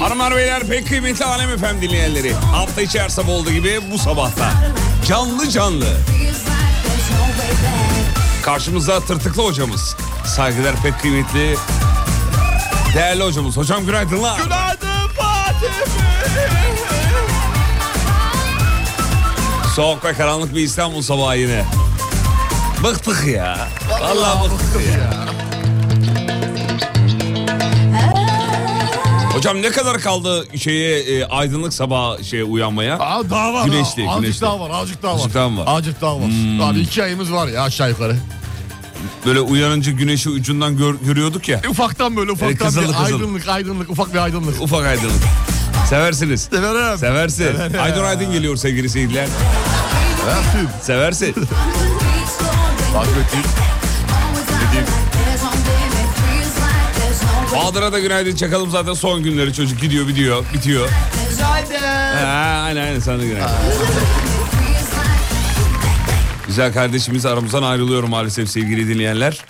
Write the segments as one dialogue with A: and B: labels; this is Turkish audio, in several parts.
A: Hanımlar beyler pek kıymetli Alem Efem dinleyenleri. Hafta içi her sabah olduğu gibi bu sabahta canlı canlı. Karşımızda tırtıklı hocamız. Saygılar pek kıymetli. Değerli hocamız. Hocam günaydınlar.
B: Günaydın Fatih.
A: Soğuk ve karanlık bir İstanbul sabahı yine. Bıktık ya. Vallahi, bıktık ya. Hocam ne kadar kaldı şeye e, aydınlık sabah şeye uyanmaya?
B: Aa, daha var.
A: Güneşli,
B: Azıcık
A: güneşli.
B: daha var. Azıcık daha var.
A: Azıcık daha mı var?
B: Azıcık daha var. Abi iki ayımız var ya aşağı yukarı.
A: Böyle uyanınca güneşi ucundan gör- görüyorduk ya.
B: E, Ufaktan
A: Ee,
B: böyle ufaktan
A: kızılı
B: bir
A: kızılı.
B: aydınlık aydınlık ufak bir aydınlık.
A: Ufak aydınlık. Seversiniz.
B: Severim.
A: Seversin. Aydın Aydın geliyor sevgili seyirciler.
B: Severim.
A: Seversin.
B: Takip ettiğim.
A: Bahadır'a da günaydın çakalım zaten son günleri çocuk gidiyor gidiyor bitiyor. Ha, aynen aynen sana da günaydın. Güzel kardeşimiz aramızdan ayrılıyor maalesef sevgili dinleyenler.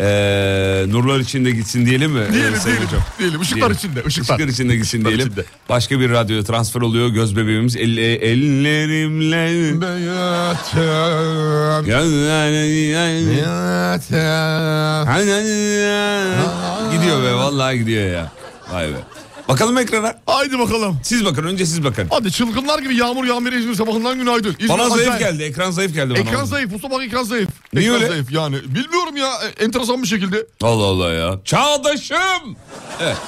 A: Ee, nurlar içinde gitsin diyelim mi?
B: Diyelim
A: Ee, Sayın
B: diyelim.
A: Hocam?
B: Diyelim. Işıklar
A: Diyelim.
B: içinde. Işıklar.
A: Işıklar içinde gitsin
B: Işıklar
A: diyelim.
B: içinde.
A: Başka bir radyoya transfer oluyor göz bebeğimiz. El- e- ellerimle...
B: Hayatım, hayatım.
A: Hani, Gidiyor be vallahi gidiyor ya. Vay be. Bakalım ekrana.
B: Haydi bakalım.
A: Siz bakın önce siz bakın.
B: Hadi çılgınlar gibi yağmur yağmıyor İzmir sabahından günaydın. İzmir
A: Bana zayıf
B: acayip.
A: geldi. Ekran zayıf geldi bana.
B: Ekran zayıf. Bu sabah ekran zayıf.
A: Niye
B: ekran
A: öyle?
B: zayıf yani. Bilmiyorum ya. e, Enteresan bir şekilde.
A: Allah Allah ya. Çağdaşım.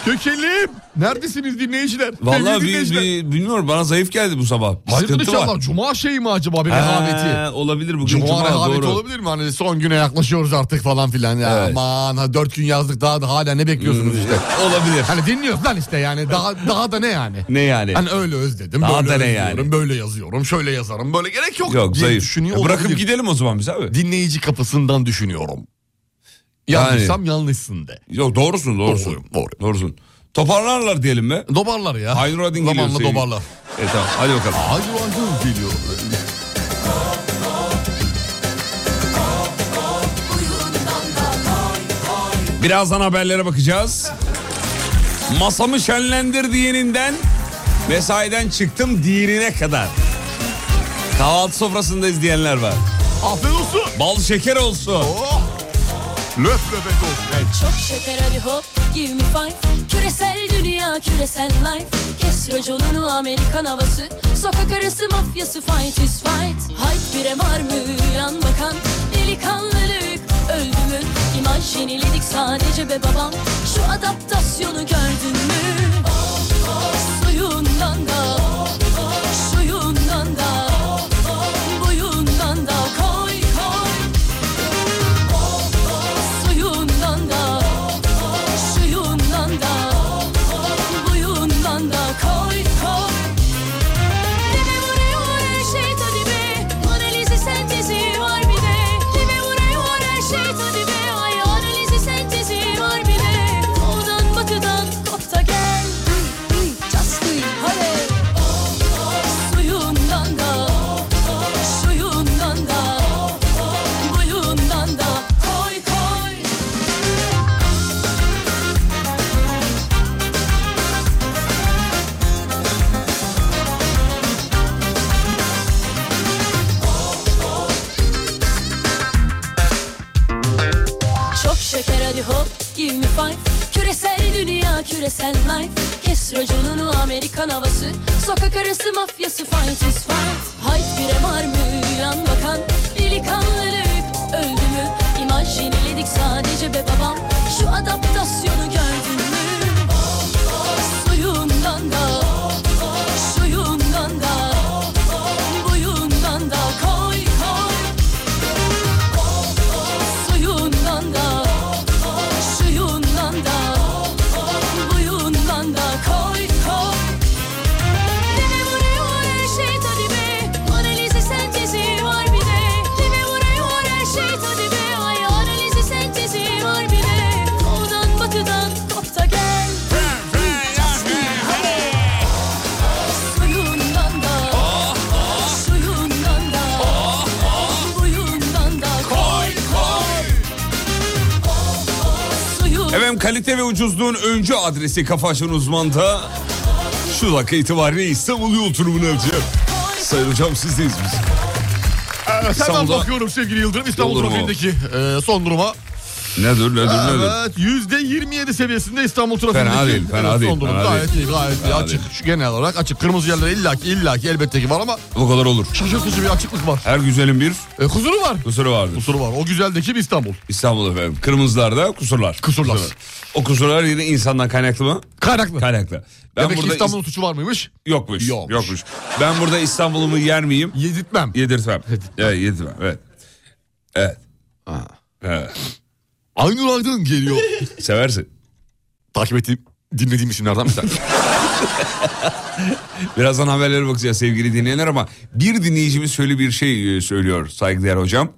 B: Kökelim. Neredesiniz dinleyiciler?
A: Vallahi
B: Sevgili
A: bir,
B: dinleyiciler.
A: bir- bilmiyorum bana zayıf geldi bu sabah. Bir
B: Hayırdır
A: Sıkıntı
B: inşallah.
A: var.
B: Cuma şeyi mi acaba bir
A: Ha,
B: rehaveti?
A: olabilir bugün
B: Cuma,
A: cuma,
B: rehaveti
A: doğru.
B: olabilir mi? Hani son güne yaklaşıyoruz artık falan filan. Ya
A: Evet. Hmm.
B: Aman ha, dört gün yazdık daha da hala ne bekliyorsunuz işte.
A: Olabilir.
B: Hani dinliyoruz lan işte yani daha daha da ne yani?
A: Ne yani?
B: Hani öyle özledim.
A: Daha
B: böyle
A: da ne
B: özlüyorum,
A: yani?
B: Böyle yazıyorum, şöyle yazarım. Böyle gerek yok.
A: Yok
B: diye
A: zayıf.
B: Düşünüyor
A: E, Bırakıp
B: olabilir.
A: gidelim o zaman biz abi.
B: Dinleyici kapısından düşünüyorum. Yanlışsam yanlışsın de.
A: Yok doğrusun doğrusun.
B: Doğruyum, doğruyum.
A: Doğrusun. Toparlarlar diyelim mi?
B: Dobarlar ya.
A: Aynur Adin geliyor.
B: Zamanla
A: sevgili-
B: dobarlar.
A: E tamam hadi bakalım.
B: Aynur Adin geliyor.
A: Birazdan haberlere bakacağız. Masamı şenlendir diyeninden mesaiden çıktım diğerine kadar. Kahvaltı sofrasında izleyenler var.
B: Afiyet olsun.
A: Bal şeker olsun.
B: Oh. Löf löfet olsun.
C: Çok şeker hadi hop give me five Küresel dünya küresel life Kes raconunu Amerikan havası Sokak arası mafyası fight is fight Hayt bire var mı yan bakan Delikanlılık öldü mü İmaj yeniledik sadece be babam Şu adaptasyonu gördün mü Suyundan da Suyundan da Buyundan da Koy koy Suyundan da, suyundan da, buyundan da koy koy. Deme vuruyor her şey tadı be, analizi sentezi var bir de. Deme vuruyor her şey tadı be, ay analizi sentezi var bir de. Doğudan batıdan kop da gel, justin hale. Suyundan da, suyundan da, buyundan da koy koy. Çok şeker hadi hop give me five Küresel dünya küresel life Kes raconunu Amerikan havası Sokak arası mafyası fight is fight Hayt bire var mı yan bakan Delikanlılık öldü mü İmaj yeniledik sadece be babam Şu adaptasyonu gördün mü Suyundan da Suyundan da Buyundan da koy koy Suyundan da, suyundan da, buyundan da koy koy. Deme vuruyor her şey tadı be, analizi sentezi var bir de. Deme vuruyor her şey tadı be, ay analizi sentezi var bir de. Doğudan batıdan kop da gel. Suyundan da, suyundan da, buyundan da koy koy. Suyun-
A: Efendim kalite ve ucuzluğun öncü adresi Kafa Açan Uzman'da Şu dakika itibariyle İstanbul yol turumunu yapacağım. Sayın hocam sizdeyiz biz.
B: Evet, hemen
A: E, İstanbul'da-
B: bakıyorum sevgili Yıldırım İstanbul
A: Yıldırım o.
B: trafiğindeki e, son duruma.
A: Nedir nedir nedir?
B: Evet yüzde 27 seviyesinde İstanbul trafiğindeki.
A: Fena değil, fena
B: evet,
A: değil,
B: Son durum
A: fena
B: gayet
A: değil.
B: iyi gayet iyi
A: Fena
B: açık.
A: değil.
B: Şu genel olarak açık. Kırmızı yerler illaki illaki elbette ki var ama
A: Bu kadar olur.
B: şaşırtıcı bir açıklık var.
A: Her güzelin bir
B: E, kusuru var.
A: kusuru vardır.
B: Kusuru var. O güzeldeki bir İstanbul.
A: İstanbul efendim. Kırmızılarda kusurlar.
B: Kusurlar.
A: O kusurlar yine insandan kaynaklı mı?
B: Kaynaklı.
A: Kaynaklı. Ben
B: Demek ki
A: burada
B: İstanbul'un suçu var mıymış?
A: İs- yokmuş.
B: Yokmuş.
A: Yokmuş. Ben burada İstanbul'umu yer miyim?
B: Yedirtmem.
A: Yedirtmem. Evet, yedirtmem. Evet. Evet. evet.
B: Aynur Aydın geliyor.
A: Seversin.
B: Takip ettiğim, dinlediğim isimlerden bir tanesi.
A: Birazdan haberlere bakacağız sevgili dinleyenler ama bir dinleyicimiz şöyle bir şey e, söylüyor saygıdeğer hocam.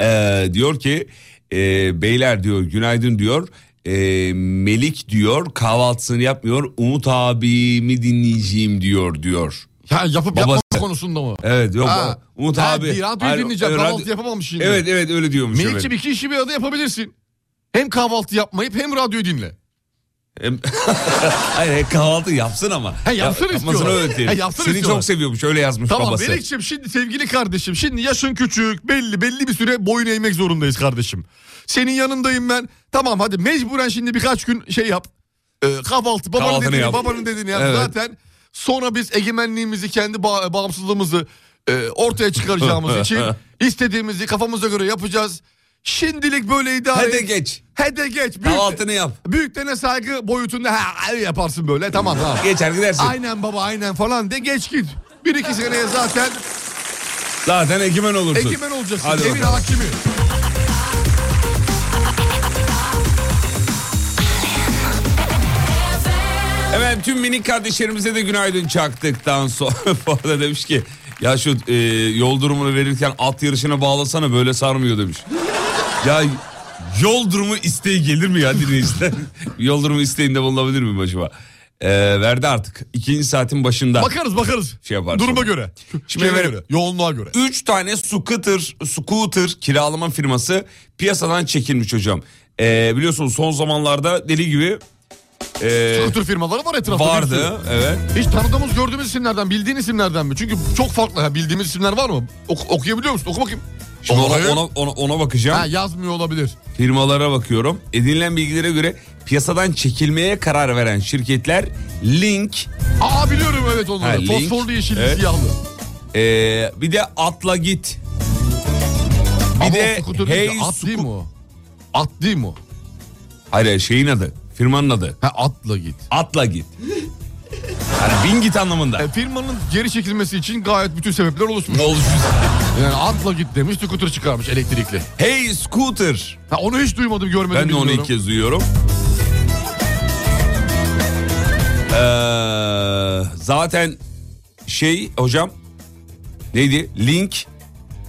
A: Ee, diyor ki e, beyler diyor günaydın diyor E, Melik diyor kahvaltısını yapmıyor Umut abimi dinleyeceğim diyor diyor.
B: ya yapıp
A: Babası.
B: yapmama konusunda mı?
A: Evet yok
B: Ha.
A: Umut
B: Ha,
A: abi.
B: bir radyoyu
A: Hayır,
B: dinleyeceğim,
A: e,
B: kahvaltı
A: radyo-
B: yapamam şimdi.
A: Evet evet öyle diyormuş.
B: Melih'ciğim
A: efendim.
B: iki işi bir arada yapabilirsin. Hem kahvaltı yapmayıp hem radyoyu dinle.
A: Hayır hayır, kahvaltı yapsın ama.
B: He, yapsın
A: Yap-
B: istiyorlar.
A: yapmasını öğretelim.
B: He, yapsın
A: Seni
B: istiyorlar.
A: çok seviyormuş öyle yazmış
B: Tamam
A: babası.
B: Melih'ciğim şimdi sevgili kardeşim şimdi yaşın küçük belli belli bir süre boyun eğmek zorundayız kardeşim. Senin yanındayım ben. Tamam hadi mecburen şimdi birkaç gün şey yap. Ee, kahvaltı babanın
A: Kahvaltını
B: dediğini
A: yap.
B: babanın dediğini yap
A: Evet.
B: zaten. Sonra biz egemenliğimizi kendi ba- bağımsızlığımızı e, ortaya çıkaracağımız için istediğimizi kafamıza göre yapacağız. Şimdilik böyle idare
A: Hadi
B: et.
A: geç.
B: Hede geç. Büyük,
A: Kahvaltını yap.
B: Büyüklerine saygı boyutunda ha, yaparsın böyle tamam tamam.
A: Geçer gidersin.
B: Aynen baba aynen falan de geç git. Bir iki seneye zaten
A: Zaten ekimen olursun.
B: egemen olacaksın.
A: Hadi
B: Evin
A: bakalım.
B: hakimi.
A: Efendim tüm minik kardeşlerimize de günaydın çaktıktan sonra bu arada demiş ki ya şu e, yol durumunu verirken at yarışına bağlasana böyle sarmıyor demiş. ya yol durumu isteği gelir mi ya dinleyiciler? yol durumu isteğinde bulunabilir miyim acaba? E, verdi artık. ikinci saatin başında.
B: Bakarız bakarız.
A: Şey yaparsın.
B: Duruma göre.
A: Şimdi
B: Şeye
A: efendim-
B: göre. Yoğunluğa göre.
A: 3 tane scooter, scooter kiralama firması piyasadan çekilmiş hocam. E, biliyorsunuz son zamanlarda deli gibi e,
B: Scooter firmaları var etrafta. bir
A: vardı.
B: sürü.
A: Evet.
B: Hiç tanıdığımız gördüğümüz isimlerden bildiğin isimlerden mi? Çünkü çok farklı. Ha, bildiğimiz isimler var mı? Ok- okuyabiliyor musun? Oku bakayım.
A: Şimdi
B: Olayı-
A: ona, ona, ona, ona bakacağım.
B: Ha, yazmıyor olabilir.
A: Firmalara bakıyorum. Edinilen bilgilere göre piyasadan çekilmeye karar veren şirketler Link,
B: Aa biliyorum evet
A: Ha,
B: onları.
A: link.
B: Fosforlu yeşilli
A: Evet.
B: siyahlı.
A: eee, bir de Atla Git. Bir
B: Ama
A: de
B: o scooter değil
A: Hey
B: ki, at değil
A: Scoot-
B: mi o? At değil mi o?
A: Hayır hayır, şeyin adı, firmanın adı.
B: Ha atla git.
A: Atla Git. Yani bin git anlamında.
B: E, firmanın geri çekilmesi için gayet bütün sebepler oluşmuş.
A: Ne olmuş?
B: Yani atla git demiş scooter çıkarmış elektrikli.
A: Hey Scooter.
B: Ha, onu hiç duymadım görmedim
A: Ben de onu
B: bilmiyorum.
A: ilk kez duyuyorum. Ee, zaten şey hocam neydi? Link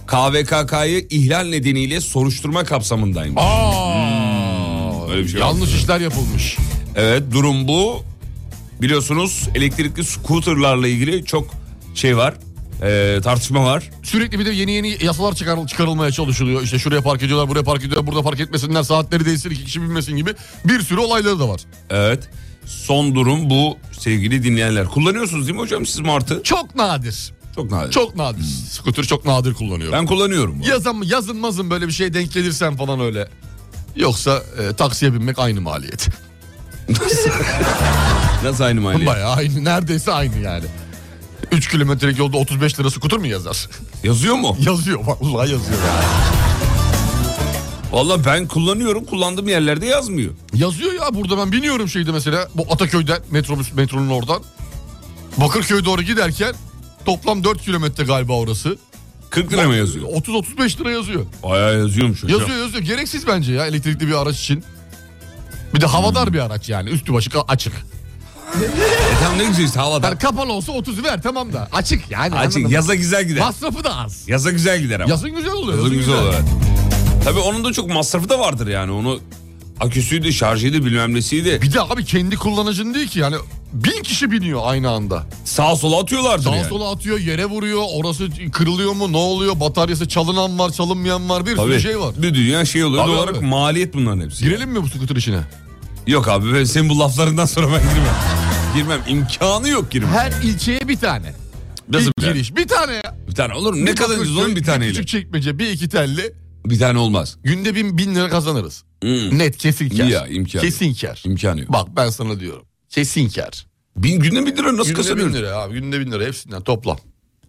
A: KVKK'yı ihlal nedeniyle soruşturma kapsamındayım.
B: Aa,
A: öyle bir şey
B: yanlış işler yapılmış.
A: Evet durum bu. Biliyorsunuz elektrikli scooterlarla ilgili çok şey var. ee, tartışma var.
B: Sürekli bir de yeni yeni yasalar çıkar, çıkarılmaya çalışılıyor. İşte şuraya park ediyorlar, buraya park ediyorlar, burada park etmesinler, saatleri değilsin, iki kişi binmesin gibi bir sürü olayları da var.
A: Evet. Son durum bu sevgili dinleyenler. Kullanıyorsunuz değil mi hocam siz Mart'ı?
B: Çok nadir.
A: Çok nadir. Hmm.
B: Çok nadir. Scooter çok nadir kullanıyorum.
A: Ben kullanıyorum. bu arada.
B: Yazın, yazın mazın böyle bir şeye denk gelirsen falan öyle. Yoksa e, taksiye binmek aynı maliyet.
A: Nasıl aynı mali?
B: Bayağı aynı. Neredeyse aynı yani. 3 kilometrelik yolda 35 lira skuter mu yazar?
A: Yazıyor mu?
B: yazıyor. Vallahi yazıyor yani.
A: Valla ben kullanıyorum kullandığım yerlerde yazmıyor.
B: Yazıyor ya burada ben biniyorum şeyde mesela. Bu Ataköy'den metrobüs metronun oradan. Bakırköy doğru giderken toplam 4 kilometre galiba orası.
A: 40 lira mı yazıyor?
B: 30-35 lira yazıyor.
A: Bayağı yazıyormuş hocam.
B: Yazıyor yazıyor. Gereksiz bence ya elektrikli bir araç için. Bir de havadar bir araç yani. Üstü başı ka- açık.
A: Hmm. E tamam ne güzel işte havada.
B: Yani kapalı olsa 30 ver tamam da. Açık yani. anladın
A: Açık
B: mı?
A: yaza güzel gider.
B: Masrafı da az.
A: Yaza güzel gider ama.
B: Yazın güzel oluyor.
A: Yazın güzel olur. evet. Tabii onun da çok masrafı da vardır yani. Onu aküsüydü, şarjıydı, bilmem nesiydi.
B: Bir de abi kendi kullanıcın değil ki yani bin kişi biniyor aynı anda.
A: Sağa sola atıyorlardır
B: Sağa
A: yani.
B: sola atıyor yere vuruyor orası kırılıyor mu ne oluyor bataryası çalınan var çalınmayan var bir
A: Tabii.
B: sürü şey var.
A: Bir dünya şey oluyor.
B: Tabii
A: Doğal olarak
B: abi.
A: maliyet bunların hepsi.
B: Girelim mi bu scooter işine?
A: Yok abi ben senin bu laflarından sonra ben girmem. Girmem imkanı yok girmem.
B: Her ilçeye bir tane.
A: Nasıl
B: bir
A: bir tane?
B: giriş. Bir tane ya.
A: Bir tane olur mu? Ne kadar ucuz olur bir taneyle?
B: Küçük çekmece bir iki telli.
A: Bir tane olmaz.
B: Günde bin, bin lira kazanırız.
A: Hmm.
B: Net kesin kar.
A: Ya, imkan yok.
B: Kesin kar.
A: İmkanı yok.
B: Bak ben sana diyorum. Kesin kar.
A: Bin, günde bir lira nasıl
B: Günde bin
A: kazanıyorsun?
B: lira abi. Günde bin lira hepsinden toplam.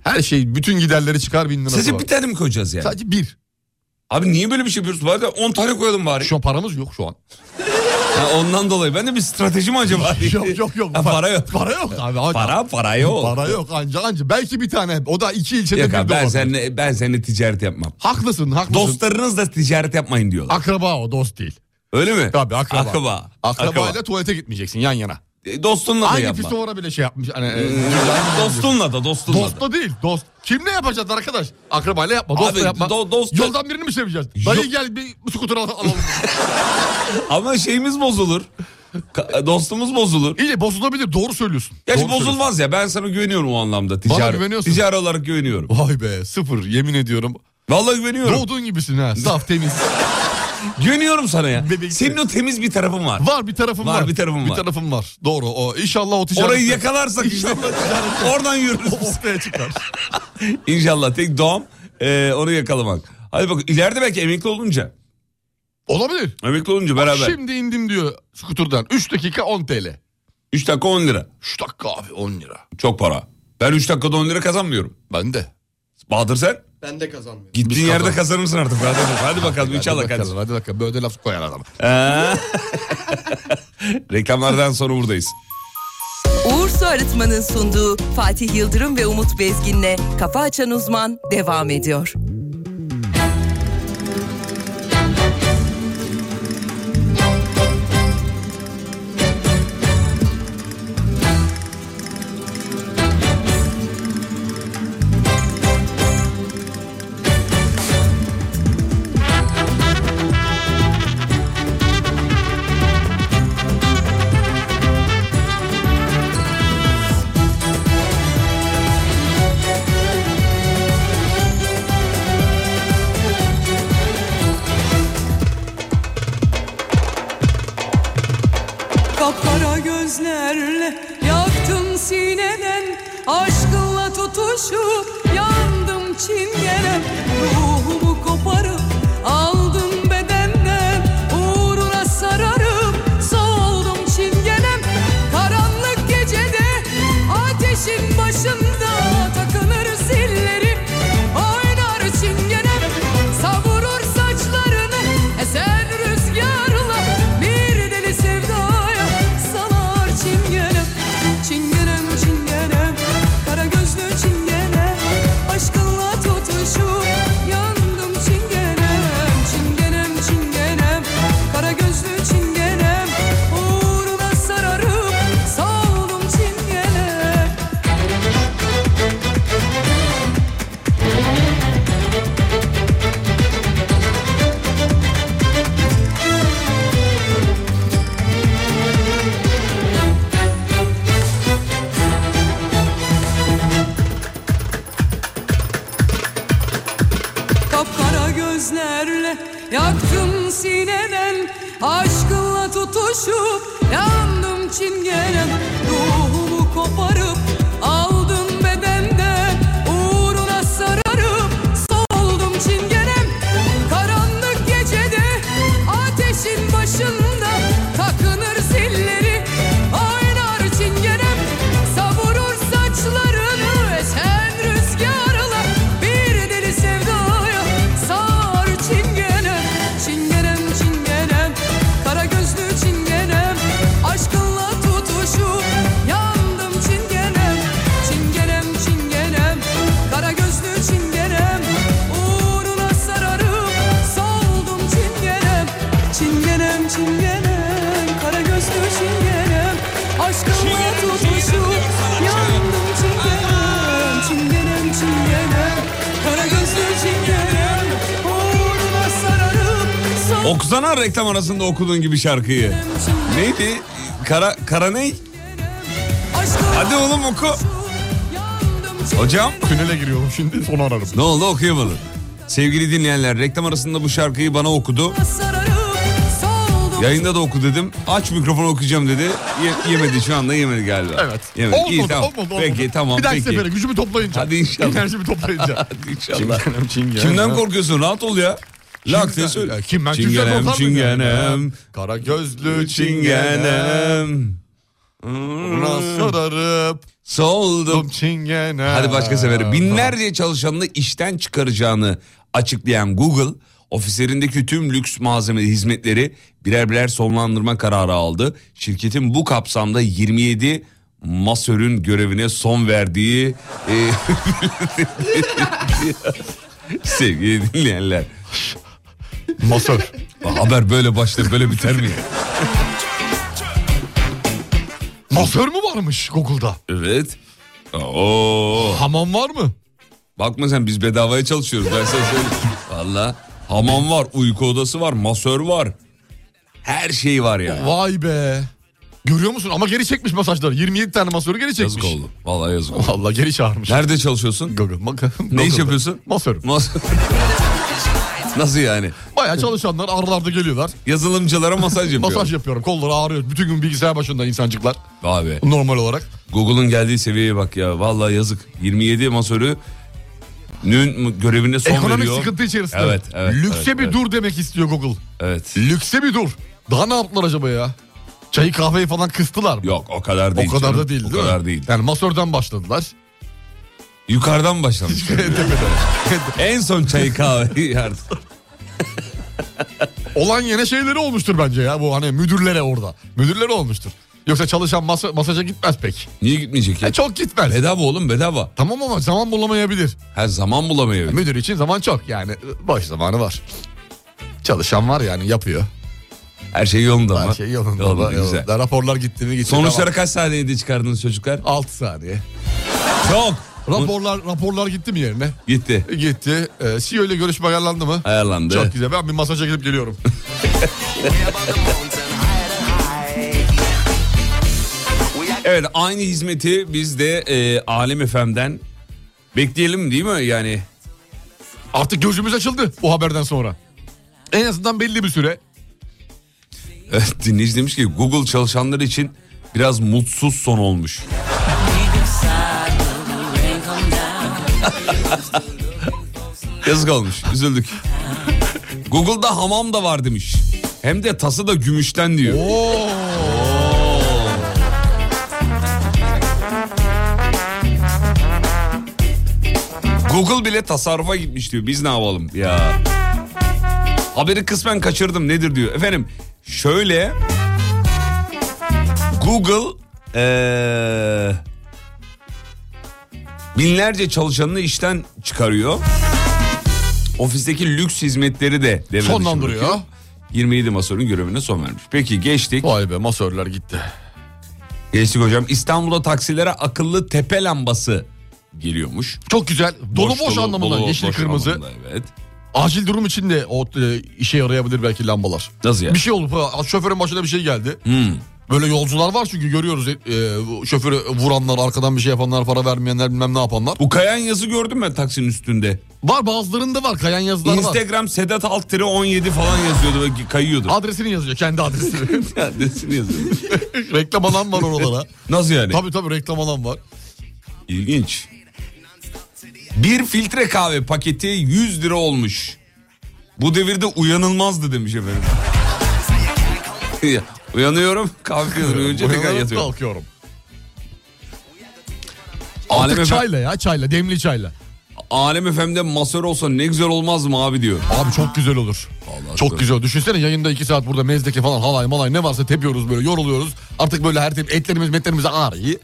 B: Her şey bütün giderleri çıkar bin lira.
A: Sadece
B: var.
A: bir tane mi koyacağız yani?
B: Sadece bir.
A: Abi niye böyle bir şey yapıyoruz? Bari de 10 tane koyalım bari.
B: Şu an paramız yok şu an.
A: Ha, ondan dolayı. Ben de bir strateji mi acaba?
B: yok yok yok.
A: Ha, para yok.
B: Para yok abi. Anca-
A: Para para yok.
B: Para yok anca anca. Belki bir tane. O da iki ilçede
A: Yok
B: bir
A: abi,
B: de
A: ben
B: olabilir.
A: seninle, ben seninle ticaret yapmam.
B: Haklısın haklısın.
A: Dostlarınızla ticaret yapmayın diyorlar.
B: Akraba o dost değil.
A: Öyle mi?
B: Tabii akraba.
A: Akraba.
B: Akrabayla
A: Akraba.
B: tuvalete gitmeyeceksin yan yana.
A: E, Dostunla da
B: Aynı
A: yapma.
B: pisuvara bile şey yapmış. Hani, e,
A: Ee, Dostunla da dostunla da.
B: Dostla değil dost. Kimle yapacaklar arkadaş? Akrabayla yapma.
A: Abi,
B: Dostla yapma.
A: do- dost-
B: Yoldan birini mi seveceğiz?
A: Yok.
B: Dayı gel bir skuter al- alalım.
A: Ama şeyimiz bozulur. Ka- e, Dostumuz bozulur.
B: İyi bozulabilir doğru söylüyorsun.
A: Gerçi
B: Doğru söylüyorsun.
A: bozulmaz ya ben sana güveniyorum o anlamda. Ticari,
B: güveniyorsun.
A: Ticari olarak güveniyorum.
B: Vay be sıfır yemin ediyorum.
A: Vallahi güveniyorum.
B: Doğduğun gibisin ha saf temiz.
A: Güveniyorum sana ya.
B: Bebek-
A: Senin o temiz bir tarafın var.
B: Var bir tarafım var.
A: Var, bir tarafım var.
B: Bir tarafım var. Doğru. O, inşallah o ticaret.
A: Orayı yakalarsak işte. Oradan yürürüz. biz.
B: ortaya çıkar.
A: İnşallah tek doğum e, onu yakalamak. Hadi bak ileride belki emekli olunca.
B: Olabilir.
A: Emekli olunca beraber.
B: Şimdi indim diyor skuturdan. 3 dakika 10 TL.
A: 3 dakika 10 lira.
B: 3 dakika abi 10 lira.
A: Çok para. Ben 3 dakikada 10 lira kazanmıyorum.
B: Ben de.
A: Bahadır sen?
D: Ben de kazanmıyorum.
A: Gittiğin
B: Biz
A: yerde
B: kazan-
A: kazanırsın artık. Hadi, hadi bakalım inşallah
B: hadi.
A: hadi.
B: bakalım, Hadi bakalım böyle laf koyar adam.
A: Reklamlardan sonra buradayız.
E: Uğur Su Arıtma'nın sunduğu Fatih Yıldırım ve Umut Bezgin'le Kafa Açan Uzman devam ediyor.
F: Kapkara gözlerle yaktım sineden Aşkınla tutuşup yandım çingene Ruhumu koparıp aldım bedenden Uğruna sararım soldum çingenem Karanlık gecede ateşin başında Takılır zillerim oynar çingenem Savurur saçlarını esen rüzgarla Bir deli sevdaya salar çingenem Çingenem çingenem kara gözlü çingenem Aşkınla tutuşup yandım çingenem Çingenem çingenem kara gözlü çingenem Uğruna sararım savundum çingenem Kapkara gözlerle yaktım sineden Aşkınla tutuşup yandım çingenem Ruhumu koparıp aldım bedenden Uğruna sararım soldum çingenem Karanlık gecede ateşin başında Takınır zilleri oynar çingenem Savurur saçlarını esen rüzgarla Bir deli sevdaya sar çingenem Çingenem çingenem kara gözlü çingenem Aşkınla tutuşup yandım çingenem Çingenem çingenem kara gözlü çingenem Uğruna sararım soldum çingenem Çingenem çingenem kara gözlü çingenem Aşkınla tutuşup yandım çingenem Çingenem çingenem kara gözlü çingenem Uğruna sararım soldum
A: Okusana reklam arasında okuduğun gibi şarkıyı.
F: çingenem
A: Neydi? Kara, kara ney?
F: Aşkınla
A: Hadi oğlum oku.
F: tutuşup yandım
A: Hocam?
B: Tünele giriyorum şimdi sonra ararım.
A: Ne oldu okuyamadın. Sevgili dinleyenler reklam arasında bu şarkıyı bana okudu.
F: sararım soldum
A: Yayında da oku dedim. Aç mikrofonu okuyacağım dedi. Ye- yemedi şu anda yemedi galiba.
B: Evet.
A: Yemedi.
B: Olmadı,
A: İyi, tamam.
B: olmadı, olmadı.
A: Peki tamam
B: Bir dahaki
A: peki.
B: sefere gücümü toplayınca.
A: Hadi inşallah.
B: Enerjimi toplayınca.
A: Hadi inşallah.
B: Çingenem, çingenem.
A: Kimden korkuyorsun? Rahat ol ya. Lak diye söyle.
B: Ya Kim ben kimseye
A: çingenem,
B: korkar mıyım ya?
A: çingenem,
B: Kara gözlü çingenem.
A: çingenem. Hmm.
B: Buna sararıp
A: Soldum.
B: dum çingenem.
A: Hadi başka sefere. Binlerce çalışanını işten çıkaracağını açıklayan Google ofislerindeki tüm lüks malzeme hizmetleri birer birer sonlandırma kararı aldı. Şirketin bu kapsamda 27 masörün görevine son verdiği e, sevgili dinleyenler.
B: Masör.
A: Haber böyle başlar böyle biter mi?
B: Masör mü varmış Google'da?
A: Evet. Oo.
B: Hamam var mı?
A: Bakma sen biz bedavaya çalışıyoruz ben sana söyleyeyim. Valla hamam var, uyku odası var, masör var. Her şey var ya.
B: Vay be. Görüyor musun? Ama geri çekmiş masajları. 27 tane masörü geri çekmiş.
A: Yazık oldu. Valla yazık oldu.
B: Valla geri çağırmış.
A: Nerede çalışıyorsun?
B: Google. Bak-
A: Ne iş
B: Google'da.
A: yapıyorsun?
B: Masörüm.
A: Masör. Nasıl yani?
B: Bayağı çalışanlar aralarda geliyorlar.
A: Yazılımcılara masaj yapıyor.
B: Masaj yapıyorum. Kolları ağrıyor. Bütün gün bilgisayar başında insancıklar.
A: Abi
B: Normal olarak.
A: Google'un geldiği seviyeye bak ya. Valla yazık. 27 masörü nün görevine son
B: Ekonomik
A: veriyor.
B: sıkıntı içerisinde.
A: Evet, evet.
B: Lükse
A: evet,
B: bir
A: evet.
B: dur demek istiyor Google.
A: Evet.
B: Lükse bir dur. Daha ne yaptılar acaba ya? Çayı kahveyi falan kıstılar mı?
A: Yok o kadar değil.
B: o kadar
A: canım.
B: da değil
A: O
B: değil
A: kadar
B: mi?
A: değil.
B: Yani masörden başladılar.
A: Yukarıdan başlamış. en son çayı kahveyi yardım.
B: Olan yene şeyleri olmuştur bence ya bu hani müdürlere orada. Müdürlere olmuştur. Yoksa çalışan masa, masaja gitmez pek.
A: Niye gitmeyecek ya?
B: E, çok gitmez.
A: Bedava oğlum bedava.
B: Tamam ama zaman bulamayabilir.
A: Her zaman bulamıyor.
B: Müdür için zaman çok yani e, boş zamanı var. Çalışan var yani yapıyor.
A: Her şey yolunda ama.
B: Her şey yolunda.
A: Yolunda, güzel.
B: yolunda. Raporlar gitti mi gitti.
A: Sonuçları kaç saniyede çıkardınız çocuklar?
B: 6 saniye.
A: Çok.
B: Raporlar raporlar gitti mi yerine?
A: Gitti.
B: E, Gitti. E, CEO ile görüşme ayarlandı mı?
A: Ayarlandı.
B: Çok güzel. Ben bir masaja gidip geliyorum.
A: Evet aynı hizmeti biz de e, Alem FM'den bekleyelim değil mi yani?
B: Artık gözümüz açıldı bu haberden sonra. En azından belli bir süre.
A: Evet, dinleyici demiş ki Google çalışanları için biraz mutsuz son olmuş. Yazık olmuş üzüldük. Google'da hamam da var demiş. Hem de tası da gümüşten diyor. Google bile tasarrufa gitmiş diyor. Biz ne yapalım ya? Haberi kısmen kaçırdım nedir diyor. Efendim şöyle Google eee, binlerce çalışanını işten çıkarıyor. Ofisteki lüks hizmetleri de devre dışı
B: Sonlandırıyor.
A: bırakıyor. 27 masörün görevine son vermiş. Peki geçtik.
B: Vay be masörler gitti.
A: Geçtik hocam. İstanbul'da taksilere akıllı tepe lambası geliyormuş.
B: Çok güzel. Dolu boş, anlamında
A: dolu boş
B: yeşil kırmızı.
A: anlamında, evet.
B: Acil durum için de o e, işe yarayabilir belki lambalar.
A: Nasıl yani?
B: Bir şey oldu. ha, Şoförün başına bir şey geldi.
A: Hmm.
B: Böyle yolcular var çünkü görüyoruz e, e, şoförü vuranlar, arkadan bir şey yapanlar, para vermeyenler bilmem ne yapanlar.
A: Bu kayan yazı gördün mü taksinin üstünde?
B: Var bazılarında var kayan yazılar var.
A: Instagram Sedat Altire 17 falan yazıyordu ve kayıyordu.
B: Adresini yazıyor kendi adresini.
A: Adresini yazıyordu.
B: reklam alan var oralara.
A: Nasıl yani?
B: tabii tabii reklam alan var.
A: İlginç. Bir filtre kahve paketi 100 lira olmuş. Bu devirde uyanılmazdı demiş efendim. Ya, Uyanıyorum kahve yazıyorum. Önce tekrar
B: Uyanıp
A: yatıyorum.
B: Kalkıyorum.
A: Alem,
B: Artık
A: Efem-
B: çayla ya çayla demli çayla.
A: Alem FM'de masör olsa ne güzel olmaz mı abi diyor.
B: Abi çok güzel olur.
A: Vallahi
B: çok
A: doğru.
B: güzel. Düşünsene yayında iki saat burada mezdeki falan halay malay ne varsa tepiyoruz böyle yoruluyoruz. Artık böyle her tip etlerimiz metlerimiz ağrıyor.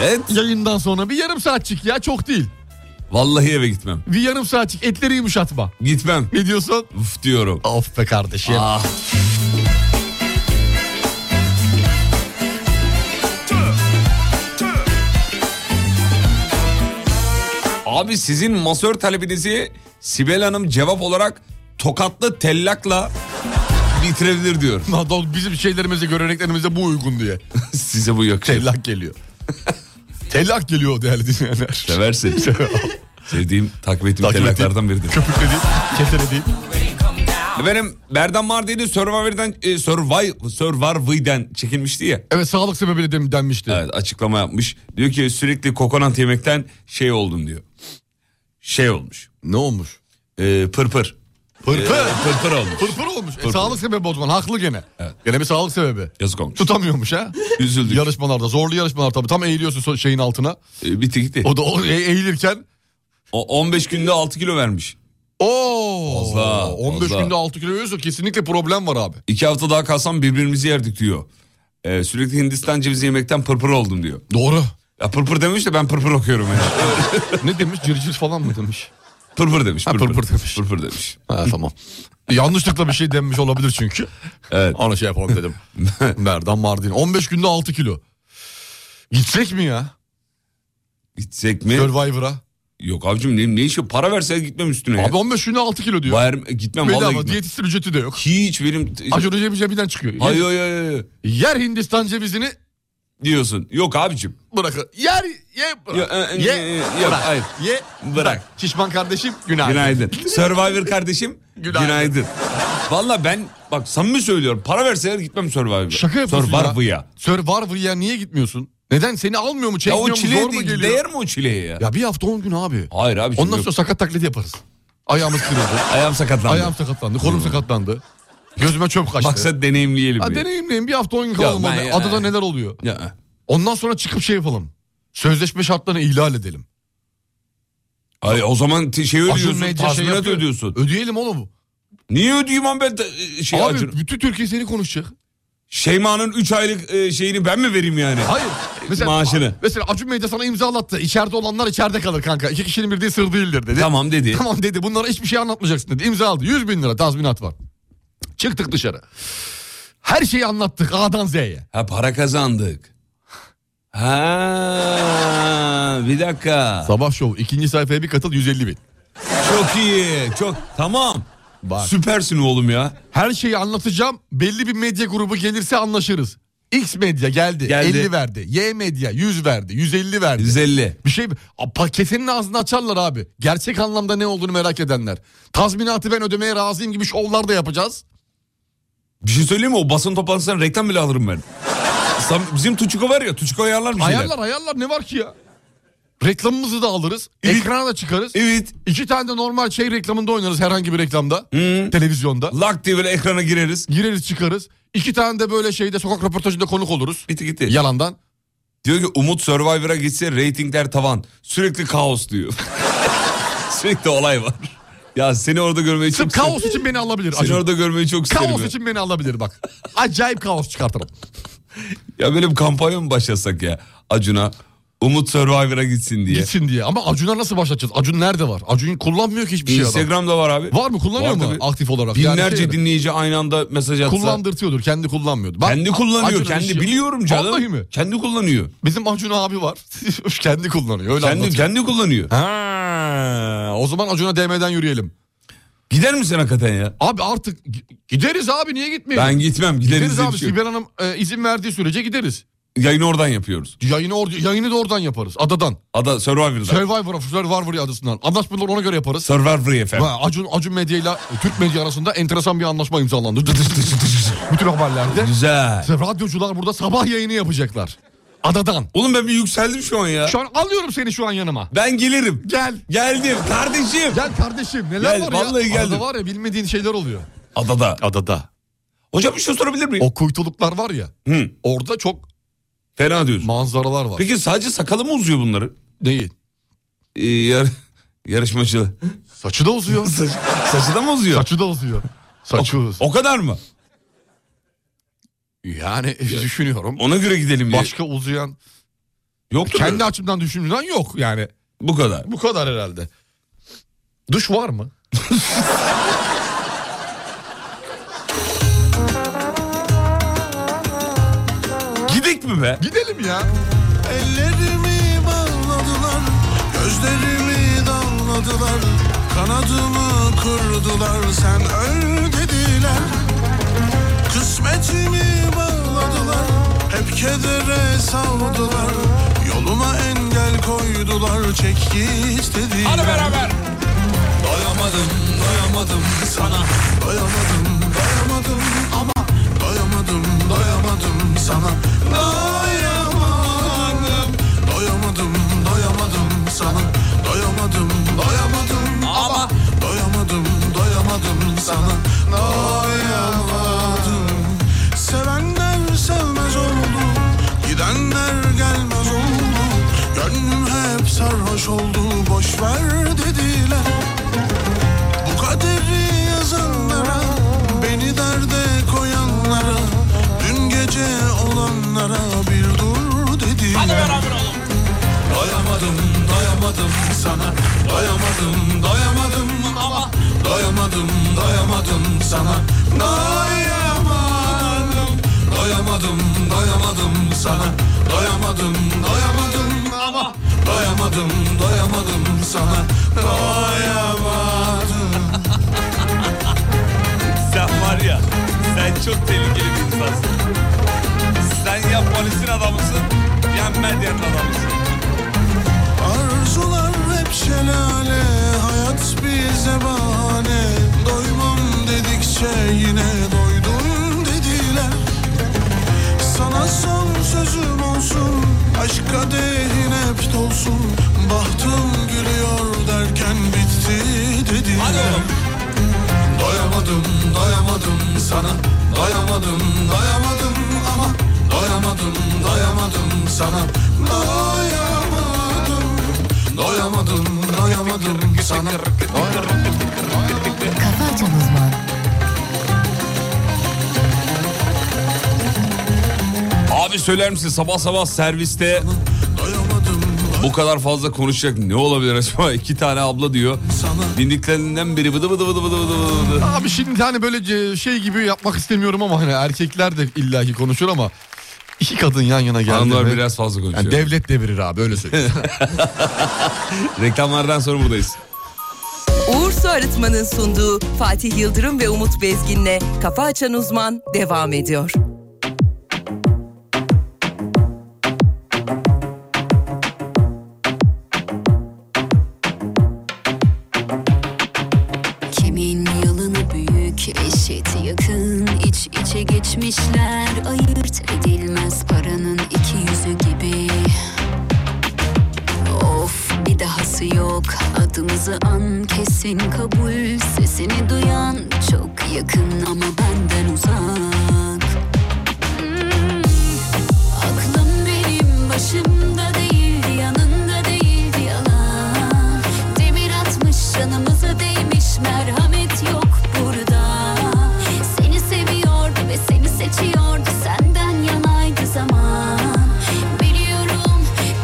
A: Evet.
B: Yayından sonra bir yarım saatçik ya çok değil.
A: Vallahi eve gitmem.
B: Bir yarım saatçik etleri yumuşatma.
A: Gitmem.
B: Ne diyorsun?
A: Uf diyorum.
B: Of be kardeşim.
A: Ah. Abi sizin masör talebinizi Sibel Hanım cevap olarak tokatlı tellakla bitirebilir diyor.
B: Lan da Bizim şeylerimize göreneklerimize bu uygun diye.
A: Size bu yakışır.
B: Tellak geliyor. Tellak geliyor değerli dinleyenler.
A: Seversin. Sevdiğim, takip ettiğim
B: Takip ettiğim-
A: tellaklardan biridir.
B: Köpükle değil, kesele değil.
A: Efendim Berdan Mardini Survivor'dan e, Surviv- Survivor'dan çekilmişti ya.
B: Evet sağlık sebebiyle dem- denmişti.
A: Evet açıklama yapmış. Diyor ki sürekli kokonat yemekten şey oldum diyor. Şey olmuş.
B: Ne olmuş?
A: E, pırpır. E,
B: Pırpır.
A: Pırpır olmuş.
B: Pırpır olmuş. E, sağlık sebebi o zaman haklı gene. Gene bir sağlık sebebi.
A: Yazık olmuş.
B: Tutamıyormuş ha.
A: Üzüldük.
B: Yarışmalarda zorlu yarışmalar tabii tam eğiliyorsun so- şeyin altına.
A: E, bitti gitti.
B: O da o e- eğilirken
A: O 15 günde 6 kilo vermiş.
B: Oo,
A: Fazla,
B: 15
A: fazla.
B: günde 6 kilo yiyorsa kesinlikle problem var abi.
A: 2 hafta daha kalsam birbirimizi yerdik diyor. E, sürekli Hindistan cevizi yemekten pırpır oldum diyor.
B: Doğru.
A: Ya pırpır demiş de ben pırpır okuyorum yani.
B: ne demiş circir falan mı demiş?
A: Pırpır demiş.
B: Ha,
A: Pırpır,
B: pırpır demiş.
A: Pırpır demiş.
B: Ha tamam. Yanlışlıkla bir şey denmiş olabilir çünkü.
A: Evet.
B: Ona şey yapalım dedim. Merdan Mardin 15 günde 6 kilo. Gitsek mi ya?
A: Gitsek mi?
B: Survivor'a.
A: Yok abicim ne, ne işi? Para verse gitmem üstüne ya.
B: Abi 15 günde 6 kilo diyor.
A: Bayram, e, gitmem vallahi
B: Bedava
A: gitmem.
B: diyetisyen ücreti de yok.
A: Hiç benim...
B: Acun Recep cebinden çıkıyor. Yer-
A: Ay ay ay ay.
B: Yer Hindistan cevizini
A: Diyorsun. Yok abicim.
B: bırakır. Yer ye bırak.
A: Ya, e,
B: ye,
A: e, e,
B: bırak.
A: yok, hayır.
B: Ye
A: Bırak.
B: bırak. Şişman kardeşim günaydın.
A: Günaydın. Survivor kardeşim.
B: Günaydın.
A: Günaydın. Valla ben bak samimi söylüyorum. Para verseler gitmem Survivor'a.
B: Şaka yapıyorsun
A: Survivor'a.
B: ya.
A: ya.
B: Survivor'a niye gitmiyorsun? Neden? Seni almıyor mu? Çekmiyor
A: o
B: mu? Zor
A: çileye
B: mu
A: de-
B: geliyor?
A: değer mi o çileye ya?
B: Ya bir hafta 10 gün abi.
A: Hayır abi.
B: Ondan sonra sakat taklidi yaparız. Ayağımız kırıldı.
A: ayağım sakatlandı. Hmm.
B: Ayağım sakatlandı. Kolum sakatlandı. Gözüme çöp kaçtı.
A: Maksat deneyimleyelim.
B: Ha,
A: diye.
B: deneyimleyin bir hafta 10 gün kalalım.
A: ben
B: abi.
A: ya-
B: Adada neler oluyor?
A: Ya,
B: Ondan sonra çıkıp şey yapalım. Sözleşme şartlarını ihlal edelim.
A: Ay, o zaman t- şey
B: Acun
A: ödüyorsun.
B: Medya şey
A: Tazminat
B: yapıyor.
A: ödüyorsun.
B: Ödeyelim oğlum.
A: Niye ödeyeyim ama ben de- e, şey
B: abi
A: Acun-
B: bütün Türkiye seni konuşacak.
A: Şeyma'nın 3 aylık e, şeyini ben mi vereyim yani?
B: Hayır. Mesela,
A: Maaşını.
B: Mesela Acun Medya sana imzalattı. İçeride olanlar içeride kalır kanka. İki kişinin birliği sır değildir dedi.
A: Tamam dedi.
B: Tamam dedi bunlara hiçbir şey anlatmayacaksın dedi. İmza aldı 100 bin lira tazminat var. Çıktık dışarı. Her şeyi anlattık A'dan Z'ye.
A: Ha para kazandık. Ha bir dakika.
B: Sabah şov ikinci sayfaya bir katıl 150 bin.
A: Çok iyi. Çok tamam.
B: Bak.
A: Süpersin oğlum ya.
B: Her şeyi anlatacağım belli bir medya grubu gelirse anlaşırız. X medya geldi,
A: Geldi.
B: 50 verdi. Y medya 100 verdi 150 verdi.
A: 150.
B: Bir şey A, paketenin ağzını açarlar abi. Gerçek anlamda ne olduğunu merak edenler. Tazminatı ben ödemeye razıyım gibi şovlar da yapacağız.
A: Bir şey söyleyeyim mi? O basın toplantısından reklam bile alırım ben. Sam- Bizim Tuçuko var ya Tuçuko ayarlar bir şeyler.
B: Ayarlar ayarlar ne var ki ya? Reklamımızı da alırız. Ekrana da çıkarız.
A: Evet.
B: İki tane de normal şey reklamında oynarız herhangi bir reklamda. Televizyonda.
A: Lak diye böyle ekrana gireriz.
B: Gireriz çıkarız. İki tane de böyle şeyde sokak röportajında konuk oluruz.
A: Bitti gitti.
B: Yalandan.
A: Diyor ki Umut Survivor'a gitse reytingler tavan. Sürekli kaos diyor. Sürekli olay var. Ya seni orada görmeyi
B: Sırf
A: çok
B: kaos için beni alabilir.
A: Seni
B: Acun.
A: orada görmeyi çok isterim.
B: Kaos
A: ya.
B: için beni alabilir bak. Acayip kaos çıkartırım.
A: Ya böyle bir kampanya mı başlasak ya Acun'a? Umut Survivor'a gitsin diye.
B: Gitsin diye. Ama Acun'a nasıl başlatacağız? Acun nerede var? Acun kullanmıyor ki hiçbir şey adam.
A: Instagram'da var abi.
B: Var mı? Kullanıyor
A: Var
B: mu
A: tabii.
B: aktif olarak? Yani
A: Binlerce
B: şey-
A: dinleyici aynı anda mesaj atsa.
B: Kullandırtıyordur. Kendi kullanmıyordu. Bak,
A: Kendi
B: Acun'un
A: kullanıyor.
B: işi
A: Kendi
B: yok.
A: biliyorum canım.
B: Vallahi mi?
A: Kendi kullanıyor.
B: Bizim Acun abi var. kendi kullanıyor. Öyle
A: Kendi
B: anlatıyor.
A: kendi kullanıyor.
B: Ha, o zaman Acun'a DM'den yürüyelim.
A: Gider misin hakikaten ya?
B: Abi artık gi- gideriz abi niye gitmeyelim?
A: Ben gitmem. Gideriz,
B: gideriz
A: diye
B: abi
A: bir şey yok.
B: Sibel Hanım e, izin verdiği sürece gideriz.
A: Yayını oradan yapıyoruz.
B: Yayını, or- yayını da oradan yaparız adadan.
A: Ada Survivor'da.
B: Survivor, Survivor adasından. Anlaşmaları ona göre yaparız.
A: Survivor FM.
B: Ha, Acun, Acun Medya ile e, Türk medya arasında enteresan bir anlaşma imzalandı. Bütün haberlerde.
A: Güzel.
B: Radyocular burada sabah yayını yapacaklar. Adadan.
A: Oğlum ben bir yükseldim şu an ya.
B: Şu an alıyorum seni şu an yanıma.
A: Ben gelirim.
B: Gel.
A: Geldim kardeşim.
B: Gel kardeşim neler
A: Gel,
B: var
A: vallahi
B: ya.
A: geldim.
B: Adada var ya bilmediğin şeyler oluyor.
A: Adada.
B: Adada.
A: Hocam bir şey sorabilir miyim?
B: O kuytuluklar var ya.
A: Hı.
B: Orada çok
A: Fena diyorsun.
B: manzaralar var.
A: Peki sadece sakalı mı uzuyor bunları?
B: Değil.
A: Ee, yar- yarışmacı.
B: Saçı da uzuyor.
A: Saçı da mı uzuyor?
B: Saçı da uzuyor. Saçı uzuyor.
A: O kadar mı?
B: Yani e, düşünüyorum.
A: Ona göre gidelim diye.
B: Başka uzayan
A: Yok
B: kendi açımdan düşünülen yok yani.
A: Bu kadar.
B: Bu kadar herhalde. Duş var mı?
A: Gidik mi be?
B: Gidelim ya.
D: Ellerimi bağladılar, gözlerimi damladılar, kanadımı kırdılar, sen öl dediler. Kısmetimi bağladılar, hep kedere savdular, yoluma engel koydular, çek git dediler.
A: beraber.
D: Doyamadım, doyamadım sana, doyamadım Dayamadım dayamadım sana Dayamadım dayamadım ama Dayamadım dayamadım sana Dayamadım Dayamadım dayamadım sana Dayamadım dayamadım ama Dayamadım dayamadım sana Dayamadım
A: Sen var ya sen çok tehlikeli bir insansın. Sen ya polisin adamısın ya medyanın adamısın.
D: Arzular hep şelale Hayat bize bahane Doymam dedikçe yine doydum dediler Sana son sözüm olsun Aşk kadehin hep dolsun Bahtım gülüyor derken bitti dediler Doyamadım doyamadım sana Doyamadım doyamadım ama Doyamadım doyamadım sana Doyamadım Doyamadım doyamadım sana Doyamadım
G: Kafa Açan Uzman.
A: Abi söyler misin sabah sabah serviste
D: doyamadım
A: bu kadar fazla konuşacak ne olabilir acaba? İki tane abla diyor. Dindiklerinden biri vıdı vıdı vıdı vıdı vıdı vıdı vıdı.
B: Abi şimdi hani böyle e, şey gibi yapmak istemiyorum ama hani erkekler de illaki konuşur ama iki kadın yan yana geldi.
A: Hanımlar
B: mi-
A: biraz fazla konuşuyor.
B: yani devlet devirir abi öyle söyleyeyim.
A: Reklamlardan sonra buradayız.
E: Uğur Su Arıtma'nın sunduğu Fatih Yıldırım ve Umut Bezgin'le Kafa Açan Uzman devam ediyor.
G: Kimin yılını büyük eşit yakın iç içe geçmişler ayırt edilmez paranın iki yüzü gibi Of bir dahası yok adımızı an kesin kabul sesini duyan çok yakın ama benden uzak Hmm, Aklım benim başımda değildi yanında değildi yalan Demir atmış canımıza değmiş merhamet yok burada Seni seviyordu ve seni seçiyordu senden yanaydı zaman Biliyorum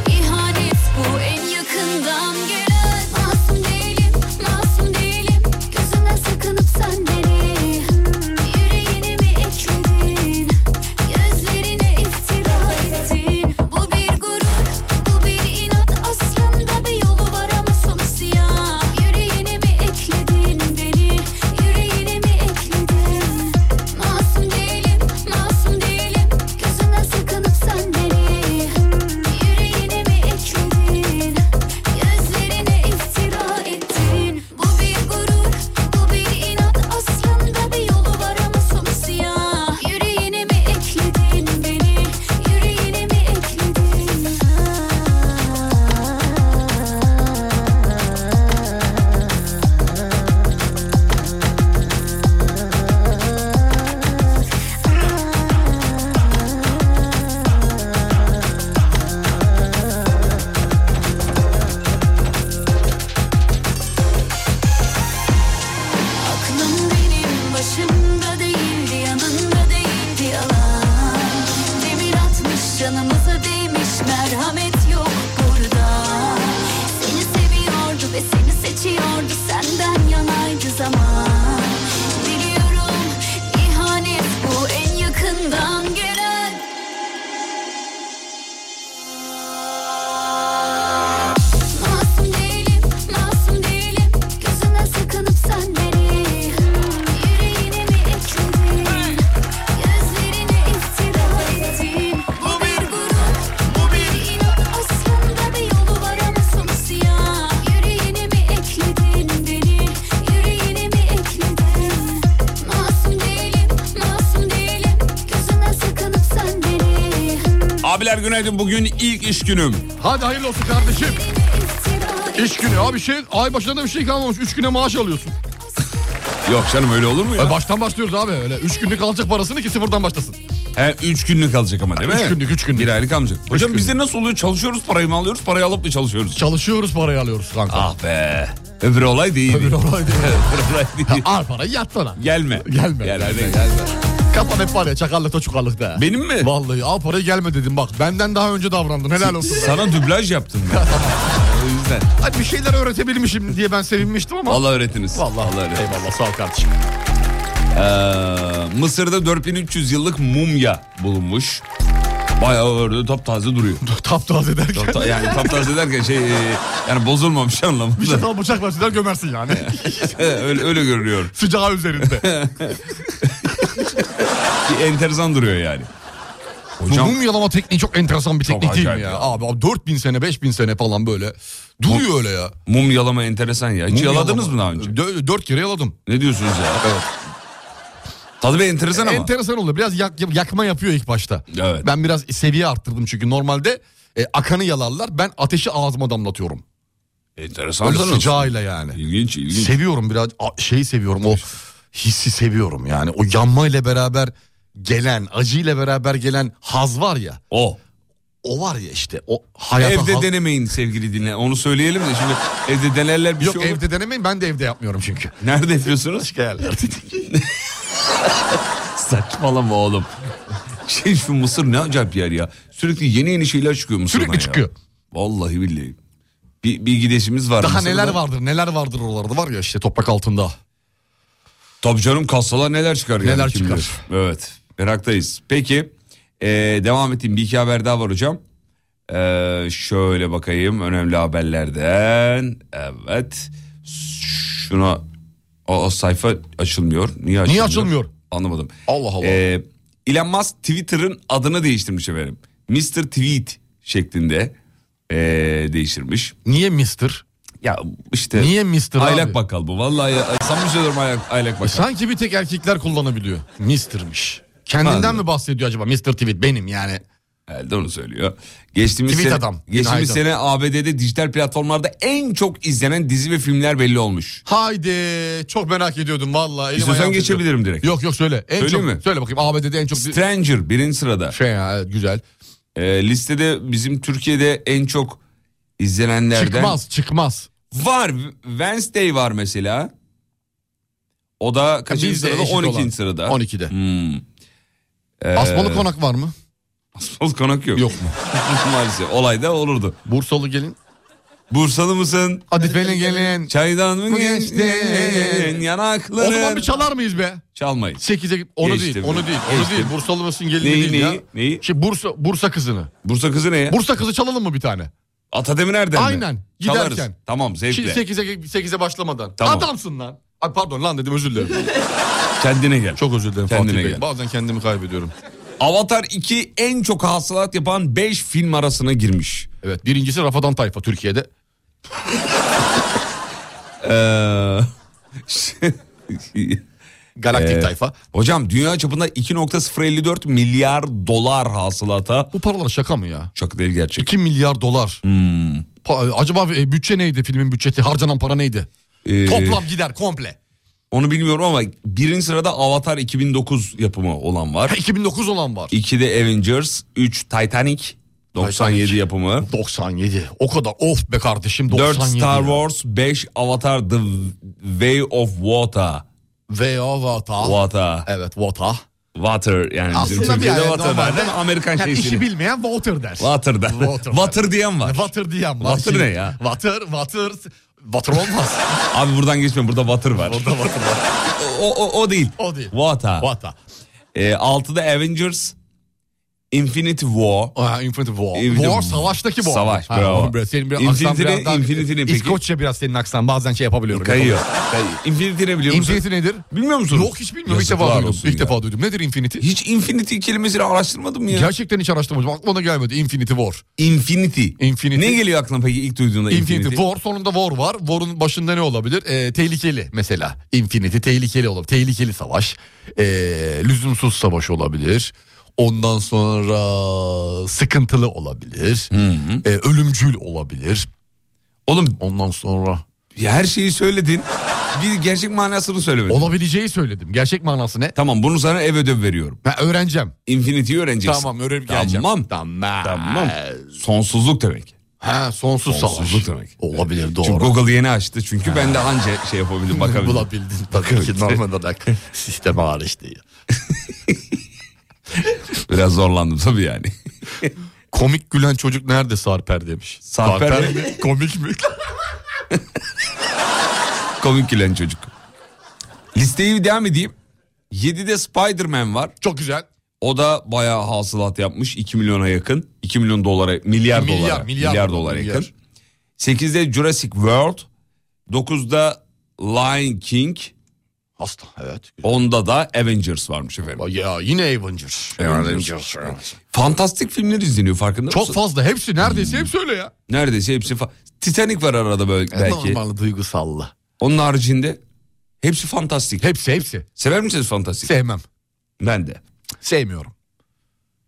G: ihanet bu en yakından gelen Masum değilim masum değilim gözünden sakınıp sen beni Yüreğini mi ekledin gözlerine iftira ettin Bu bir gurur bu bir inat aslında bir yolu var ama sonu siyah Yüreğine mi ekledin beni yüreğine mi ekledin Masum değilim masum değilim gözünden sakınıp sen beni Yüreğine mi ekledin gözlerine iftira ettin Bu bir gurur bu bir inat aslında bir yolu var ama sonu siyah Yüreğine mi ekledin beni yüreğine mi ekledin Aklım benim başımda değildi yanında değildi yalan Demir atmış canımıza değmiş merhamet yok burada Seni seviyordu ve seni seçiyordu senden yanaydı zaman Biliyorum ihanet bu en yakından gelen Masum değilim, masum değilim Gözünden sakınıp sen beni Yüreğine mi ekledin Gözlerine iftira ettin Bu bir gurur, bu bir inat Aslında bir yolu var ama sonu siyah Yüreğine mi ekledin beni Yüreğine mi ekledin Masum değilim, masum değilim Gözünden sakınıp sen beni
A: Abiler günaydın bugün ilk iş günüm.
B: Hadi hayırlı olsun kardeşim.
G: İftira
B: İş günü abi şey ay başına da bir şey kalmamış. Üç güne maaş alıyorsun.
A: Yok canım öyle olur mu
B: Ay
A: ya?
B: E, baştan başlıyoruz abi öyle. Üç günlük alacak parasını ki sıfırdan başlasın.
A: He, üç günlük kalacak ama değil mi?
B: Üç günlük, üç günlük.
A: Bir aylık almayacak. Hocam
B: günlük.
A: bizde nasıl oluyor? Çalışıyoruz parayı mı alıyoruz? Parayı alıp mı çalışıyoruz?
B: Çalışıyoruz parayı alıyoruz kanka.
A: Ah be. Öbür olay değil.
B: Öbür olay değil.
A: Öbür olay değil.
B: Al parayı yat bana.
A: Gelme. Gelme.
B: Gelme. Gelme,
A: gelme.
B: Kafan hep var ya çakallıkta çukallıkta.
A: Benim mi?
B: Vallahi al parayı gelme dedim bak. Benden daha önce davrandın helal olsun.
A: Sana dublaj yaptım ben. o yüzden.
B: Hadi bir şeyler öğretebilmişim diye ben sevinmiştim ama.
A: Allah öğretiniz.
B: Vallahi.
A: öğretiniz.
B: Eyvallah sağ ol kardeşim.
A: Ee, Mısır'da 4300 yıllık mumya bulunmuş. Bayağı orada taptaze duruyor.
B: Taptaze derken.
A: Ta- yani taptaze derken şey e, yani bozulmamış
B: Bir şey
A: anlamında.
B: daha bıçakla sizler gömersin yani.
A: öyle, öyle görünüyor.
B: Sıcağı şey üzerinde.
A: Bir enteresan duruyor yani.
B: Bu
A: Hocam
B: mum yalama tekniği çok enteresan bir teknik değil mi
A: acayip
B: ya?
A: ya.
B: Abi, abi 4000 sene 5000 sene falan böyle. Duruyor öyle ya.
A: mum yalama enteresan ya. Hiç
B: Mum
A: yaladınız
B: yalama.
A: mı daha önce?
B: Dö- Dört kere yaladım.
A: Ne diyorsunuz ya? Tadı bir enteresan ama.
B: Enteresan oldu. Biraz yak- yakma yapıyor ilk başta.
A: Evet.
B: Ben biraz seviye arttırdım çünkü normalde e, akanı yalarlar. Ben ateşi ağzıma damlatıyorum.
A: enteresan.
B: Böyle
A: sanırım.
B: sıcağıyla yani.
A: İlginç ilginç.
B: Seviyorum biraz a- şeyi seviyorum o hissi seviyorum yani. O yanma ile beraber gelen acıyla beraber gelen haz var ya.
A: o.
B: O var ya işte o hayata
A: Evde
B: haz-
A: denemeyin sevgili dinle. Onu söyleyelim de şimdi evde denerler bir
B: Yok
A: şey olur.
B: evde denemeyin ben de evde yapmıyorum çünkü.
A: Nerede yapıyorsunuz?
B: Yerlerde.
A: Saçmalama oğlum. Şey şu Mısır ne acayip yer ya. Sürekli yeni yeni şeyler çıkıyor Mısır'dan
B: Sürekli
A: ya.
B: çıkıyor.
A: Vallahi billahi. Bir, bir gidesimiz var.
B: Daha
A: Mısır'da.
B: neler vardır neler vardır oralarda var ya işte toprak altında.
A: Tabii canım kassalar neler çıkar yani.
B: Neler
A: kim
B: çıkar.
A: bilir. Evet meraktayız. Peki eee, devam ettiğim bir iki haber daha var hocam. Eee, Ee, şöyle bakayım önemli haberlerden. Evet şuna o, o sayfa açılmıyor. Niye açılmıyor?
B: açılmıyor?
A: Anlamadım.
B: Allah Allah.
A: Eee Elon Musk Twitter'ın adını değiştirmiş efendim. Mr. Tweet şeklinde eee, değiştirmiş.
B: Niye mister?
A: Ya işte
B: Niye Mr. abi?
A: aylak bakkal bu. Vallahi ya, samimi söylüyorum aylak, aylak bakkal.
B: Sanki bir tek erkekler kullanabiliyor. Mister'mış. Kendinden
A: Pardon.
B: mi bahsediyor acaba Mr. Tweet benim yani.
A: Elde onu söylüyor. Geçtiğimiz
B: Tweet
A: sene,
B: adam.
A: geçtiğimiz
B: Günaydın.
A: sene ABD'de dijital platformlarda en çok izlenen dizi ve filmler belli olmuş.
B: Haydi çok merak ediyordum vallahi. elim
A: İstiyorsan
B: ayağım titriyor.
A: geçebilirim direkt.
B: Yok yok söyle. En
A: Söyleyeyim
B: çok,
A: mi?
B: Söyle bakayım ABD'de en çok
A: Stranger birinci sırada.
B: şey ya, evet, güzel.
A: Ee, listede bizim Türkiye'de en çok izlenenlerden
B: Çıkmaz çıkmaz.
A: var. Wednesday var mesela. O da kaçıncı
B: E, Bizde
A: sırada?
B: eşit
A: 12.
B: olan.
A: sırada.
B: 12'de.
A: Hmm. Ee,
B: Asmalı konak var mı?
A: Asmalı konak yok.
B: Yok mu?
A: Maalesef olay da olurdu.
B: Bursalı gelin.
A: Bursalı mısın?
B: Hadi gelin gelin.
A: Çaydan mı
B: Bu geçti.
A: geçtin?
B: O
A: Yanakların.
B: zaman bir çalar mıyız be?
A: Çalmayız.
B: 8'e onu
A: Geçtim
B: değil,
A: ya.
B: onu değil, onu
A: Geçtim.
B: değil. Bursalı mısın gelin
A: Neyi,
B: değil ya.
A: neyi, neyi?
B: Şey Bursa Bursa kızını.
A: Bursa kızı ne ya?
B: Bursa kızı çalalım mı bir tane?
A: Atademir Erdem mi?
B: Aynen,
A: Çalarız.
B: giderken.
A: Tamam zevkle.
B: Şimdi 8'e 8'e başlamadan.
A: Tamam.
B: Adamsın lan. Ay pardon lan dedim özür dilerim.
A: Kendine gel.
B: Çok özür dilerim
A: Kendine
B: Fatih Bey.
A: gel.
B: Bazen kendimi kaybediyorum.
A: Avatar 2 en çok hasılat yapan 5 film arasına girmiş.
B: Evet birincisi Rafadan Tayfa Türkiye'de.
A: Ee, şey-
B: Galaktik
A: Ee,
B: Tayfa.
A: Hocam dünya çapında 2.054 milyar dolar hasılata.
B: Bu paralar şaka mı ya?
A: Çok değil gerçek.
B: 2 milyar dolar.
A: Hmm.
B: Pa- acaba e, bütçe neydi filmin bütçesi? Harcanan para neydi?
A: Ee,
B: Toplam gider komple.
A: Onu bilmiyorum ama birinci sırada Avatar 2009 yapımı olan
B: Ha,
A: var.
B: 2009 olan var.
A: 2'de Avengers, 3 Titanic 97
B: Titanic.
A: yapımı.
B: 97. O kadar of be kardeşim
A: 4
B: 97.
A: Star
B: ya.
A: Wars, 5 Avatar The Way of Water.
B: Ve Avatar.
A: Water.
B: Evet Vata.
A: Water yani bizim
B: Aslında bir
A: Türkiye'de
B: yani
A: water
B: normalde-
A: der değil mi? Amerikan
B: Yani
A: şeysini.
B: işi bilmeyen Water der.
A: Water der.
B: Water.
A: Water, diyen var.
B: Water diyen var.
A: Water
B: Şimdi-
A: ne ya?
B: Water, water, water olmaz.
A: Abi buradan geçmiyorum burada water var.
B: Orada water var.
A: o, o, o değil.
B: O değil.
A: Water.
B: Water.
A: Ee, altıda Avengers. Infinity War.
B: Aa, Infinity War.
A: Infinity
B: War
A: War.
B: savaştaki War.
A: E, Savaş,
B: Ha,
A: bravo.
B: oğlum biraz- senin biraz
A: Infinity
B: aksan
A: ne,
B: biraz daha-
A: Infinity ne peki? E,
B: İskoçya biraz senin aksan bazen şey yapabiliyorum.
A: Kayıyor. Kayıyor. Infinity ne biliyor musun?
B: Infinity nedir?
A: Bilmiyor musun?
B: Yok hiç bilmiyorum. İlk
A: Yazıklar
B: defa duydum.
A: olsun
B: İlk
A: ya.
B: defa duydum. Nedir Infinity?
A: Hiç Infinity kelimesini araştırmadım ya.
B: Gerçekten hiç araştırmadım. Aklıma da gelmedi. Infinity War.
A: Infinity.
B: Infinity.
A: Ne geliyor aklına peki ilk duyduğunda
B: Infinity.
A: Infinity?
B: War sonunda War var. War'un başında ne olabilir? Ee, tehlikeli mesela. Infinity tehlikeli olabilir. Tehlikeli savaş. Ee, lüzumsuz savaş olabilir. Ondan sonra sıkıntılı olabilir. Ee, ölümcül olabilir.
A: Oğlum
B: Ondan sonra
A: ya her şeyi söyledin. Bir gerçek manasını söylemedin.
B: olabileceği söyledim. Gerçek manası ne?
A: Tamam bunu sana ev ödev veriyorum.
B: Ben öğreneceğim.
A: Infinity'yi öğreneceksin.
B: Tamam öğrenip geleceğim.
A: Tamam.
B: Tamam.
A: Tamam. Sonsuzluk demek.
B: Ee, Ha sonsuz
A: Sonsuzluk
B: savaş.
A: demek.
B: Olabilir doğru.
A: Çünkü Google yeni açtı. Çünkü ben de anca şey yapabildim bakabildim.
B: Bulabildin. Bakın ki normal olarak sisteme hariç değil.
A: Biraz zorlandım tabii yani.
B: Komik gülen çocuk nerede Sarper demiş.
A: Sarper
B: mi? Komik mi?
A: Komik gülen çocuk. Listeyi devam edeyim. 7'de Spider-Man var.
B: Çok güzel.
A: O da bayağı hasılat yapmış. 2 milyona yakın. 2 milyon dolara, milyar,
B: Milyar,
A: dolara,
B: milyar,
A: milyar, dolara
B: milyar.
A: yakın. 8'de Jurassic World. 9'da Lion King.
B: Hasta evet.
A: Onda da Avengers varmış efendim.
B: Ya yine Avengers.
A: Avengers. Fantastik filmler izleniyor farkında
B: Çok
A: mısın?
B: fazla hepsi neredeyse hepsi öyle ya.
A: Neredeyse hepsi. Fa- Titanic var arada böyle belki.
B: E, Normal duygusallı.
A: Onun haricinde hepsi fantastik.
B: Hepsi hepsi.
A: Sever misiniz fantastik?
B: Sevmem.
A: ben de.
B: Sevmiyorum.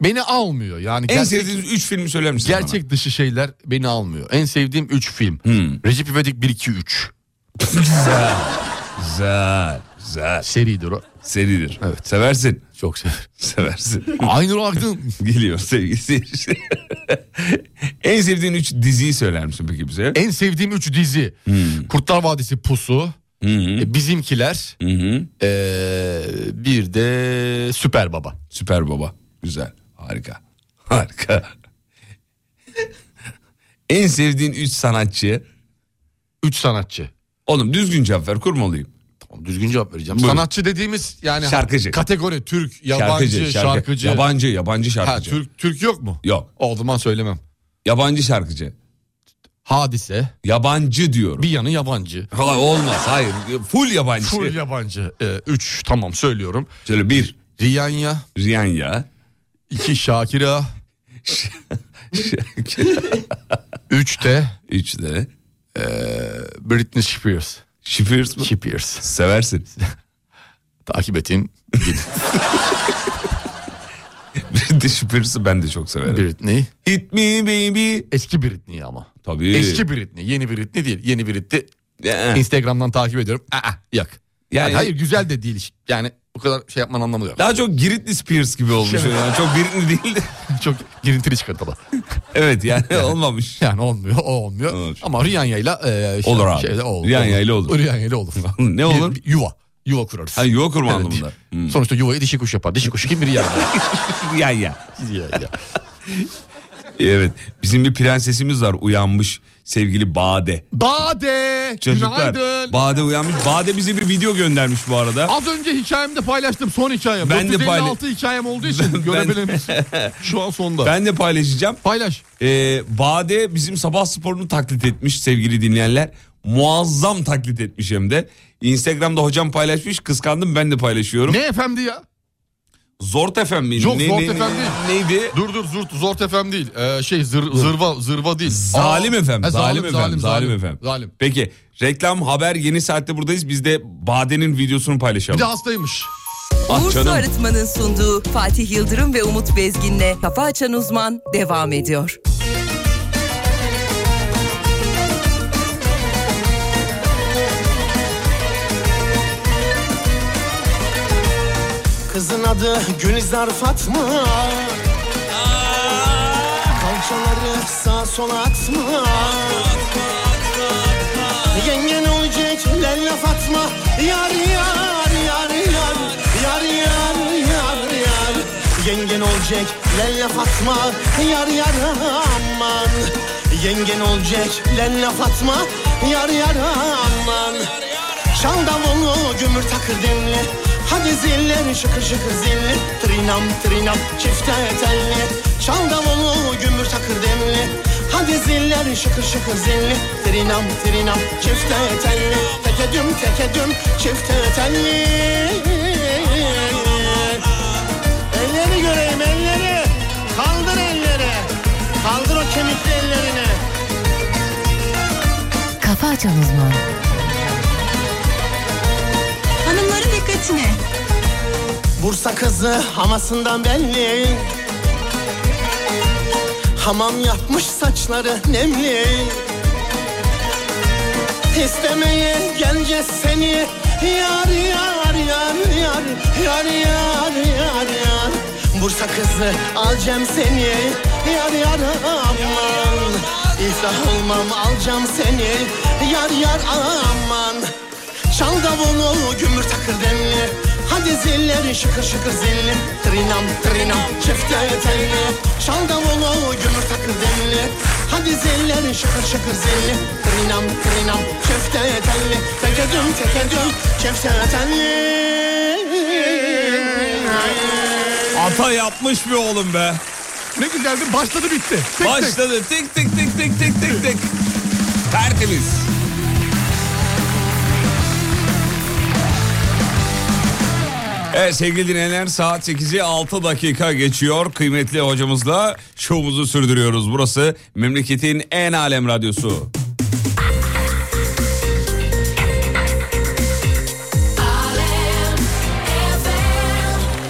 B: Beni almıyor yani.
A: En
B: gerçek-
A: sevdiğiniz 3 filmi söyler misiniz bana? Hmm.
B: Gerçek dışı şeyler beni almıyor. En sevdiğim 3 film. Recep İvedik 1 2 3
A: Güzel. Güzel. Güzel.
B: seridir o.
A: Seridir.
B: Evet.
A: Seversin.
B: Çok severim.
A: Seversin.
B: Aynur Akdın.
A: Geliyor sevgili seyirciler. en sevdiğin 3 diziyi söyler misin peki bize? Hmm.
B: En sevdiğim 3 dizi. Kurtlar Vadisi Pusu, e, Bizimkiler,
A: Hmm.
B: e, bir de Süper Baba.
A: Süper Baba. Güzel. Harika. Harika. en sevdiğin 3 sanatçı.
B: 3 sanatçı.
A: Oğlum düzgün cevap ver kurmalıyım.
B: Tamam düzgün cevap vereceğim.
A: Buyurun.
B: Sanatçı dediğimiz yani
A: Şarkıcı.
B: kategori Türk, yabancı, şarkıcı.
A: şarkı- Yabancı, yabancı
B: Ha,
A: şarkıcı.
B: Türk, Türk yok mu?
A: Yok.
B: O zaman söylemem.
A: Yabancı şarkıcı.
B: Hadise,
A: Yabancı diyorum.
B: bir yanı yabancı.
A: Kolay olmaz. Hayır. Full yabancı.
B: Full yabancı. 3 tamam söylüyorum.
A: Şöyle bir
B: Riyanya,
A: Rihanna.
B: 2 Şakira, 3 de
A: Üç de. e,
B: Britney Spears.
A: Şifirs mi?
B: Spears.
A: Seversin.
B: Takip edeyim.
A: Bir de Şifirs'i ben de çok severim.
B: Britney.
A: Hit me baby.
B: Eski Britney ama.
A: Tabii.
B: Eski Britney. Yeni Britney değil. Yeni Britney.
A: Ee,
B: Instagram'dan takip ediyorum. Aa, yok. Yani,
A: Yani-
B: hayır güzel de değil. Yani bu kadar şey yapman anlamı yok.
A: Daha çok Giritli Spears gibi olmuş.
B: Evet.
A: Yani çok Giritli değil de.
B: Çok girintili çıkartalım.
A: evet yani olmamış.
B: Yani olmuyor o olmuyor.
A: Olur.
B: Ama Rihanna'yla e, şey-
A: Olur abi.
B: şeyle olur.
A: Rihanna'yla olur.
B: Rihanna'yla olur.
A: Ne
B: Bir-
A: olur?
B: bir yuva. Yuva kurarız.
A: Ha yuva kurma
B: Evet.
A: anlamında. Hmm.
B: Sonuçta yuvayı dişi kuş yapar. Dişi kuş kim bilir yani.
A: Ya ya.
B: Yani.
A: Evet. Bizim bir prensesimiz var uyanmış sevgili Bade.
B: Bade.
A: Çocuklar.
B: Günaydın.
A: Bade uyanmış. Bade bize bir video göndermiş bu arada.
B: Az önce hikayemde paylaştım son hikayem.
A: Ben de
B: 456 hikayem olduğu için görebilir misin? Şu an sonda.
A: Ben de paylaşacağım.
B: Paylaş.
A: Ee, Bade bizim sabah sporunu taklit etmiş sevgili dinleyenler. Muazzam taklit etmiş hem de. Instagram'da hocam paylaşmış kıskandım ben de paylaşıyorum.
B: Ne efendi ya?
A: Zort FM mi?
B: Yok, Zort FM değil.
A: Neydi?
B: Dur dur zurt, zort efem değil. Ee, şey zır, zırva zırva değil.
A: Zalim
B: Aa,
A: FM. Zalim,
B: e,
A: FM. Zalim, FM.
B: Zalim.
A: Peki reklam haber yeni saatte buradayız. Biz de Bade'nin videosunu
B: Bir
A: paylaşalım.
B: de hastaymış.
A: Ah
E: Uğur Su
A: canım.
E: Arıtma'nın sunduğu Fatih Yıldırım ve Umut Bezgin'le Kafa Açan Uzman devam ediyor.
H: Kızın adı Gülizar Fatma Kalçaları sağ sola atma Yengen olacak lella Fatma Yar yar yar yar Yar yar yar yar Yengen olacak lella Fatma Yar yar aman Yengen olacak lella Fatma Yar yar aman Çal davulu gümür takır denli Hadi zilleri şıkır şıkır zilli Trinam trinam çifte telli Çal davulu gümür takır denli Hadi zilleri şıkır şıkır zilli Trinam trinam çifte telli Teke düm teke düm çifte telli Elleri göreyim elleri Kaldır elleri Kaldır o kemikli ellerini
I: Kafa Açan Uzman.
C: Hanımların dikkatine.
H: Bursa kızı hamasından belli Hamam yapmış saçları nemli İstemeye geleceğiz seni Yar yar yar yar Yar yar yar yar Bursa kızı alacağım seni Yar yar aman İflah olmam alacağım seni Yar yar aman Çal davulu gümür takır demli Hadi Hadi zilleri şıkır şıkır zilli Trinam trinam çifte telli Şal davulu gümür takır denli Hadi zilleri şıkır şıkır zilli Trinam trinam çifte telli Tekedüm tekedüm çifte telli
A: Ata yapmış bir oğlum be.
B: Ne güzeldi başladı bitti. Tek tek.
A: Başladı tek tek tek tek tek tek tek. Tertemiz. Evet sevgili dinleyenler saat 8'i 6 dakika geçiyor. Kıymetli hocamızla şovumuzu sürdürüyoruz. Burası memleketin en alem radyosu.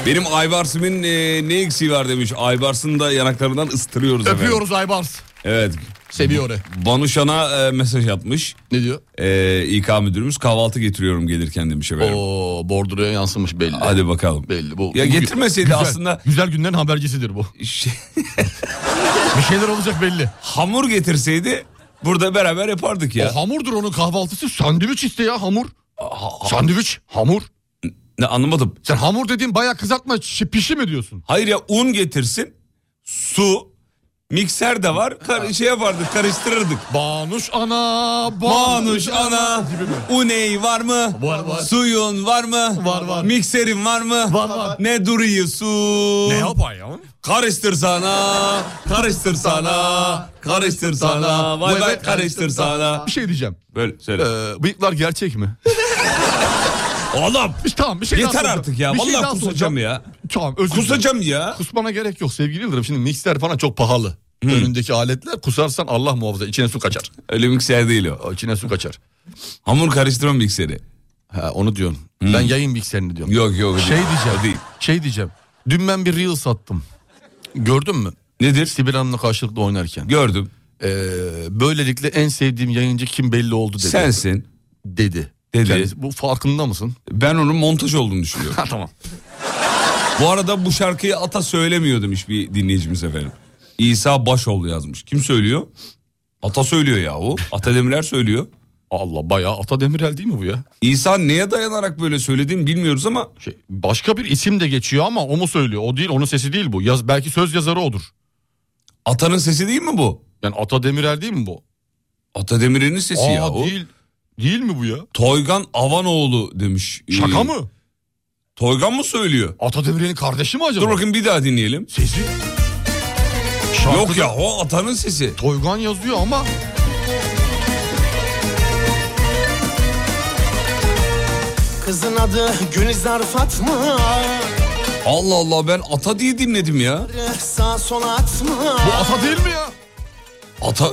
A: Benim Aybars'ımın e, ne eksiği var demiş. Aybars'ın da yanaklarından ıstırıyoruz efendim.
B: Öpüyoruz Aybars.
A: Evet.
B: Seviyor. e.
A: Banuşan'a e, mesaj atmış.
B: Ne diyor?
A: E, İK müdürümüz kahvaltı getiriyorum gelirken demiş efendim.
B: Oo bordroya yansımış belli.
A: Hadi bakalım.
B: Belli bu.
A: Ya
B: bu-
A: getirmeseydi
B: güzel-
A: aslında-
B: Güzel günlerin habercisidir bu.
A: Şey,
B: Bir şeyler olacak belli.
A: hamur getirseydi burada beraber yapardık ya.
B: O hamurdur onun kahvaltısı. Sandviç işte ya hamur. Sandviç, hamur.
A: Ne anlamadım.
B: Sen hamur dediğin bayağı kızartma şi- pişi mi diyorsun?
A: Hayır ya un getirsin, su, mikser de var. Kar- şey yapardık, karıştırırdık.
B: Banuş ana,
A: Manuş ana,
B: gibi mi?
A: uney var mı?
B: Var, var.
A: Suyun var mı?
B: Var, var.
A: Mikserin var mı?
B: Var, var.
A: Ne duruyorsun?
B: Ne yapayım?
A: Karıştır sana, karıştır sana, karıştır sana, vay vay karıştır sana.
B: Bir şey diyeceğim.
A: Böyle söyle.
B: Ee, bıyıklar gerçek mi?
A: Oğlum
B: İşte tamam bir şey daha
A: yeter
B: soracağım.
A: artık ya.
B: Bir şey
A: Vallahi
B: daha
A: kusacağım
B: soracağım.
A: ya.
B: Tamam özür dilerim.
A: Kusacağım ya. Hmm.
B: Kusmana gerek yok sevgili Yıldırım. Şimdi mikser falan çok pahalı. Önündeki aletler kusarsan Allah muhafaza içine su kaçar.
A: Öyle mikser değil o.
B: İçine su kaçar.
A: Hamur karıştırma mikseri.
B: Ha, onu diyorsun. Ben yayın mikserini diyorum.
A: Hmm. Yok yok.
B: Şey diyeceğim.
A: O değil.
B: Şey diyeceğim. Dün ben bir reel sattım. Gördün mü?
A: Nedir?
B: Sibel Hanım'la karşılıklı oynarken.
A: Gördüm.
B: Ee, böylelikle en sevdiğim yayıncı kim belli oldu dedi.
A: Sensin.
B: Dedi.
A: Dedi.
B: Kendisi- bu farkında mısın?
A: Ben onun montaj olduğunu düşünüyorum.
B: Ha tamam.
A: bu arada bu şarkıyı ata söylemiyor demiş bir dinleyicimiz efendim. İsa Başoğlu yazmış. Kim söylüyor? Ata söylüyor yahu. Ata Demirler söylüyor.
B: Allah bayağı Ata Demirel değil mi bu ya?
A: İsa neye dayanarak böyle söylediğini bilmiyoruz ama
B: Şey, başka bir isim de geçiyor ama o mu söylüyor? O değil onun sesi değil bu. Yaz, belki söz yazarı odur.
A: atanın sesi değil mi bu?
B: Yani Ata Demirel değil mi bu?
A: Ata Demirer'in sesi
B: Aa,
A: yahu.
B: değil. Değil mi bu ya?
A: Toygan Avanoğlu demiş. Ee,
B: Şaka mı?
A: Toygan mı söylüyor?
B: Ata Demirel'in kardeşi mi acaba?
A: Dur bakayım bir daha dinleyelim.
B: Sesi.
A: Yok ya o atanın sesi.
B: Toygan yazıyor ama
H: Kızın adı Gülizar Fatma
A: Allah Allah ben ata diye dinledim ya.
H: Sağ sola atma
B: bu Ata değil mi ya?
A: Ata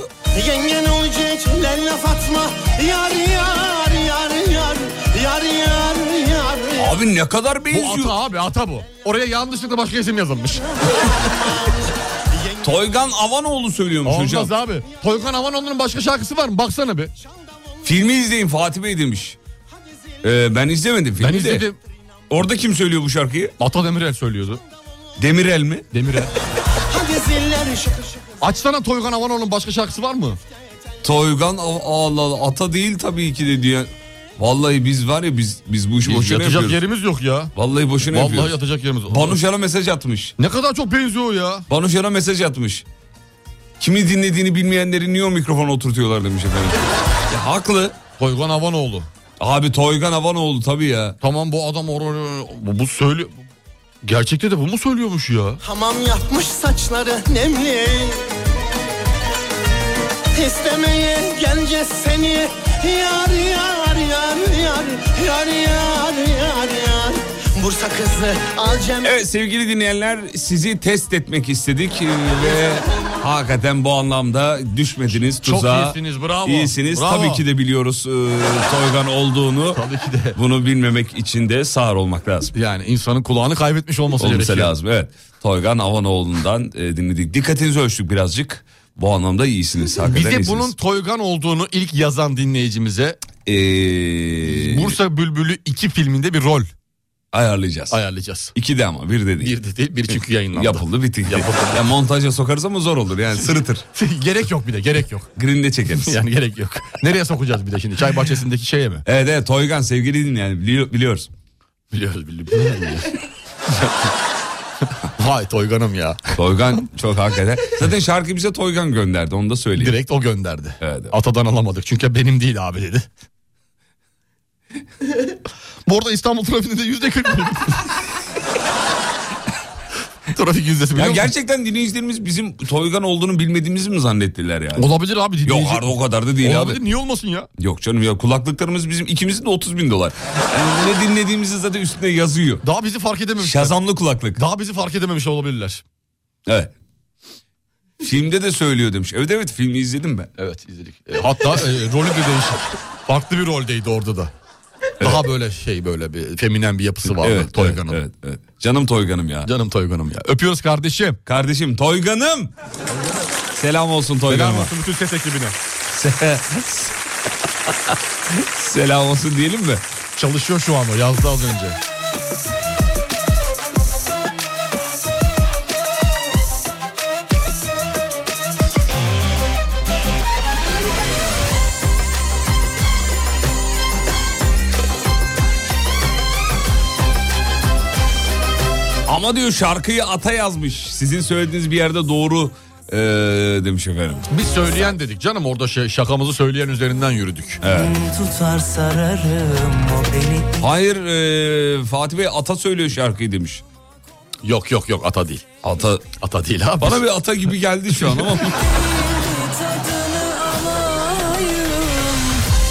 H: Yengen olacak lella Fatma Yar yar yar yar Yar yar yar yar
A: abi ne kadar
B: Bu
A: benziyor.
B: Ata abi Ata bu. Oraya yanlışlıkla başka isim yazılmış.
A: Toygan Avanoğlu söylüyormuş hocam.
B: Olmaz abi. Toykan Havanoğlu'nun başka şarkısı var mı? Baksana bir.
A: Filmi izleyin Fatih Bey demiş. Ee, ben izlemedim filmi
B: Ben
A: de.
B: izledim.
A: Orada kim söylüyor bu şarkıyı?
B: Ata Demirel söylüyordu.
A: Demirel mi?
B: Demirel.
H: Hadi ziller şıkır şıkır
B: Açsana Toykan Havanoğlu'nun başka şarkısı var mı?
A: Toygan Av- Allah Allah ata değil tabii ki de diye. Vallahi biz var ya biz biz bu işi
B: Biz
A: boşuna
B: yatacak
A: yapıyoruz.
B: yerimiz yok ya.
A: Vallahi boşuna
B: Vallahi
A: yapıyoruz.
B: yatacak yerimiz yok.
A: Banuşan'a mesaj atmış.
B: Ne kadar çok benziyor ya.
A: Banuşan'a mesaj atmış. Kimi dinlediğini bilmeyenleri niye o mikrofona oturtuyorlar demiş efendim. Ya haklı.
B: Toykan Havanoğlu.
A: Abi Toygan Avanoğlu tabii ya.
B: Tamam bu adam or- bu, bu söylüyor. Gerçekte de bu mu söylüyormuş ya?
H: Hamam yapmış saçları nemli İstemeye geleceğiz seni Yar yar yar yar Yar yar yar yar Bursa kızı alacağım
A: Evet sevgili dinleyenler sizi test etmek istedik ee, ve hakikaten bu anlamda düşmediniz
B: Çok
A: tuzağa.
B: iyisiniz, bravo.
A: İyisiniz.
B: Bravo.
A: Tabii ki de biliyoruz ee, Toygan olduğunu.
B: Tabii ki de.
A: Bunu bilmemek için de sağır olmak lazım.
B: Yani insanın kulağını kaybetmiş olması
A: Olması
B: gerekiyor.
A: lazım evet. Toygan Avanoğlu'ndan e, dinledik. Dikkatinizi ölçtük birazcık. Bu anlamda iyisiniz hakikaten
B: Bize
A: iyisiniz. E,
B: bunun Toygan olduğunu ilk yazan dinleyicimize
A: Ee,
B: Bursa Bülbülü 2 filminde bir rol
A: ayarlayacağız.
B: ayarlayacağız.
A: İki de ama bir de değil.
B: Bir de değil, bir çünkü yayınlandı.
A: Yapıldı bitti. Ya montaja sokarız ama zor olur yani sırıtır.
B: gerek yok bir de gerek yok.
A: Green'de çekeriz.
B: Yani gerek yok. Nereye sokacağız bir de şimdi? Çay bahçesindeki şeye mi?
A: Evet evet Toygan sevgili dinleyen yani biliyoruz.
B: Biliyoruz biliyoruz. Vay Toygan'ım ya.
A: Toygan çok hakikaten. Zaten şarkıyı bize Toygan gönderdi onu da söyleyeyim.
B: Direkt o gönderdi.
A: Evet.
B: Atadan alamadık çünkü benim değil abi dedi. Bu arada İstanbul trafiğinde yüzde kırk. Trafik yüzdesi biliyor
A: Ya
B: musun?
A: gerçekten dinleyicilerimiz bizim Toygan olduğunu bilmediğimizi mi zannettiler yani?
B: Olabilir abi.
A: Yok
B: dinleyici-
A: harbi o kadar da değil
B: Olabilir
A: abi.
B: niye olmasın ya?
A: Yok canım ya kulaklıklarımız bizim ikimizin de 30 bin dolar. Yani ne dinlediğimizi zaten üstünde yazıyor.
B: Daha bizi fark edememişler.
A: Şazamlı kulaklık.
B: Daha bizi fark edememiş olabilirler.
A: Evet. Filmde de söylüyor demiş. Evet evet filmi izledim ben.
B: Evet izledik. E, hatta e, rolü de değişik. Farklı bir roldeydi orada da. Daha böyle şey böyle bir feminen bir yapısı vardı
A: evet,
B: Toygan'ın.
A: Evet, evet, evet. Canım Toygan'ım ya.
B: Canım Toygan'ım ya. Öpüyoruz kardeşim.
A: Kardeşim Toygan'ım. Selam olsun
B: Selam
A: Toygan'ıma.
B: olsun bütün ses ekibine.
A: Selam olsun diyelim mi?
B: Çalışıyor şu an o yazdı az önce.
A: Ama diyor şarkıyı ata yazmış. Sizin söylediğiniz bir yerde doğru eee, demiş efendim.
B: Biz söyleyen dedik canım orada şey, şakamızı söyleyen üzerinden yürüdük.
I: Tutar sararım o beni
A: Hayır eee, Fatih Bey ata söylüyor şarkıyı demiş.
B: Yok yok yok ata değil.
A: Ata
B: Ata değil abi.
A: bana bir ata gibi geldi şu an ama
F: Tadını alayım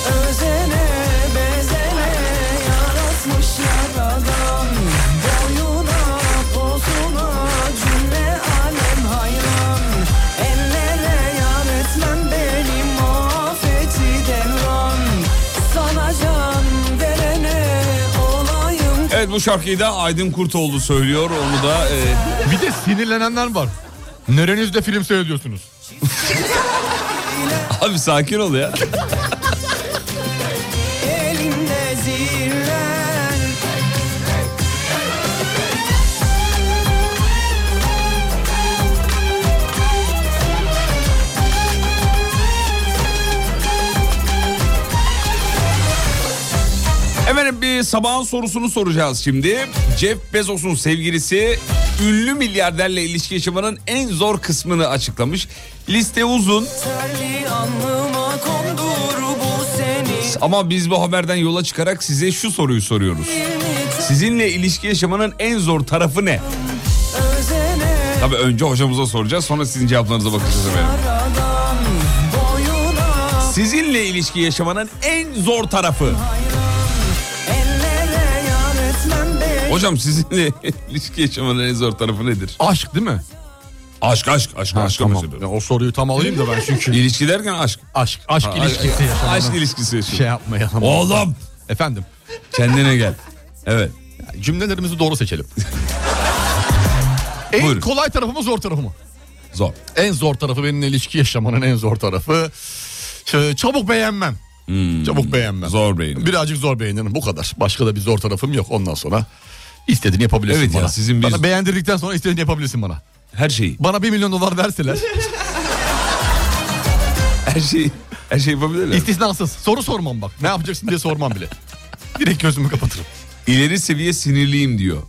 F: Özene bezene Yaratmış yaradan Boyuna posuna Cümle alem hayran Ellere yar etmem benim Afeti devran Sana can verene Olayım
A: evet bu şarkıyı da Aydın Kurtoğlu söylüyor. Onu da e, eee,
B: Bir de sinirlenenler var. Nerenizde film seyrediyorsunuz?
A: abi sakin ol ya.
F: elimde zirven
A: Efendim bir sabahın sorusunu soracağız şimdi. Jeff Bezos'un sevgilisi ünlü milyarderle ilişki yaşamanın en zor kısmını açıklamış. Liste uzun
F: Terli anlıma kondur bu seni
A: ama biz bu haberden yola çıkarak size şu soruyu soruyoruz. Sizinle ilişki yaşamanın en zor tarafı ne?
F: Özene
A: Tabii önce hocamıza soracağız sonra sizin cevaplarınıza bakacağız efendim.
F: yaradan Boyuna
A: Sizinle ilişki yaşamanın en zor tarafı.
F: ellere yar etmem beni
A: Hocam sizinle ilişki yaşamanın en zor tarafı nedir?
B: Aşk değil mi?
A: Aşk aşk aşk aşk
B: tamam. Ya o soruyu tam alayım da ben çünkü.
A: İlişki derken aşk.
B: aşk, aşk ilişkisi yaşamanın.
A: Aşk ilişkisi yaşamanın.
B: Şey yapmayalım.
A: Oğlum
B: Efendim
A: kendine gel. Evet.
B: cümlelerimizi doğru seçelim. en
A: Buyurun.
B: kolay tarafı mı zor tarafı mı?
A: Zor.
B: En zor tarafı benim ilişki yaşamanın en zor tarafı. ç- Çabuk beğenmem. Çabuk beğenmem.
A: Hmm. Zor beğenilmem.
B: Birazcık zor beğenirim bu kadar. Başka da bir zor tarafım yok ondan sonra. istediğini yapabilirsin
A: Evet ya,
B: bana.
A: sizin bir-
B: Bana beğendirdikten sonra istediğini yapabilirsin bana.
A: Her şeyi.
B: Bana 1 milyon dolar verseler
A: Her şeyi. Her şeyi yapabilirler.
B: istisnasız soru sormam bak. Ne yapacaksın diye sormam bile. Direkt gözümü kapatırım.
A: İleri seviye sinirliyim diyor.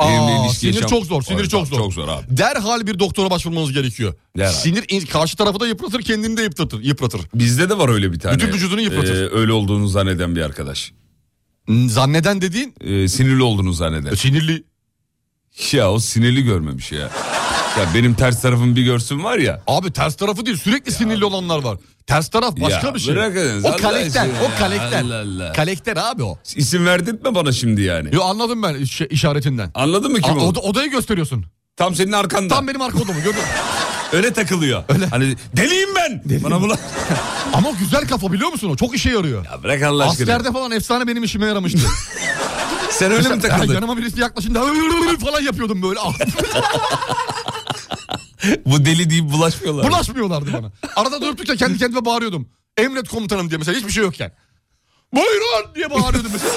A: Benimle
B: Aa,
A: ilişki
B: sinir
A: yaşam-
B: çok zor, sinir
A: Evet,
B: çok zor.
A: Çok zor abi.
B: Derhal bir doktora başvurmanız gerekiyor.
A: Derhal.
B: Sinir in- karşı tarafı da yıpratır, kendini de yıpratır. yıpratır.
A: Bizde de var öyle bir tane.
B: Bütün vücudunu yıpratır.
A: Ee, öyle olduğunu zanneden bir arkadaş.
B: Hmm, Zanneden dediğin E,
A: Ee, sinirli olduğunu zanneder.
B: sinirli.
A: Ya o sinirli görmemiş ya. Ya benim ters tarafım bir görsün var ya.
B: Abi ters tarafı değil, sürekli sinirli olanlar var. Ters taraf başka
A: Ya,
B: bir şey.
A: bırakınız,
B: o
A: Allah
B: kalekter,
A: aşkına ya,
B: o kalekter.
A: Allah Allah.
B: Kalekter abi o.
A: İsim verdirtme bana şimdi yani.
B: Yo anladım ben iş- işaretinden.
A: Anladın mı kim
B: Aa,
A: o?
B: oda- odayı gösteriyorsun.
A: Tam senin arkanda.
B: Tam benim arka odamı gördün. mü?
A: Öyle takılıyor. Hani deliyim ben. Bana bula.
B: Ama o güzel kafa biliyor musun o? Çok işe yarıyor.
A: Ya bırak Allah aşkına.
B: Askerde falan efsane benim işime yaramıştı.
A: Sen öyle mi
B: Mesela,
A: takıldın?
B: ya, yanıma birisi yaklaşınca falan yapıyordum böyle. Ah,
A: Bu deli deyip bulaşmıyorlar.
B: Bulaşmıyorlardı bana. Arada durup dururken kendi kendime bağırıyordum. Emret komutanım diye mesela hiçbir şey yokken. Buyurun diye bağırıyordum mesela.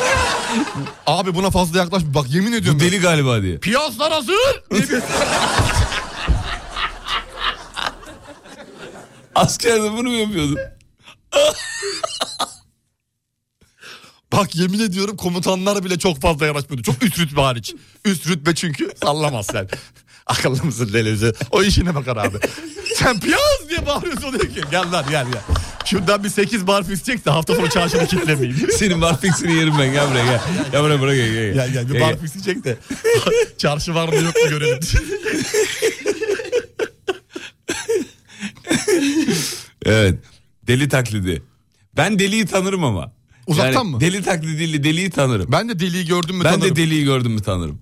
B: Abi buna fazla yaklaş. Bak yemin ediyorum.
A: Bu deli galiba diye.
B: Piyaslar hazır. diye bir-
A: Askerde bunu mu yapıyordun?
B: Bak yemin ediyorum komutanlar bile çok fazla yanaşmıyordu. Çok üst rütbe hariç. Üst rütbe çünkü sallamaz sen. Akıllı mısın delize? O işine bakar abi. sen piyaz diye bağırıyorsun. o diyor ki, Gel lan gel gel. Şuradan bir 8 barf isteyecek de hafta sonu çarşını kitlemeyeyim.
A: Senin barfiksini yerim ben gel buraya gel. Gel buraya buraya gel. Gel
B: Gel gel bir barf isteyecek de çarşı var mı yok mu görelim.
A: Evet. Deli taklidi. Ben deliyi tanırım ama.
B: Uzaktan mı?
A: Deli taklidiyle deliyi tanırım.
B: Ben de deliği gördüm mü
A: Ben de
B: tanırım.
A: deliyi gördüm mü tanırım.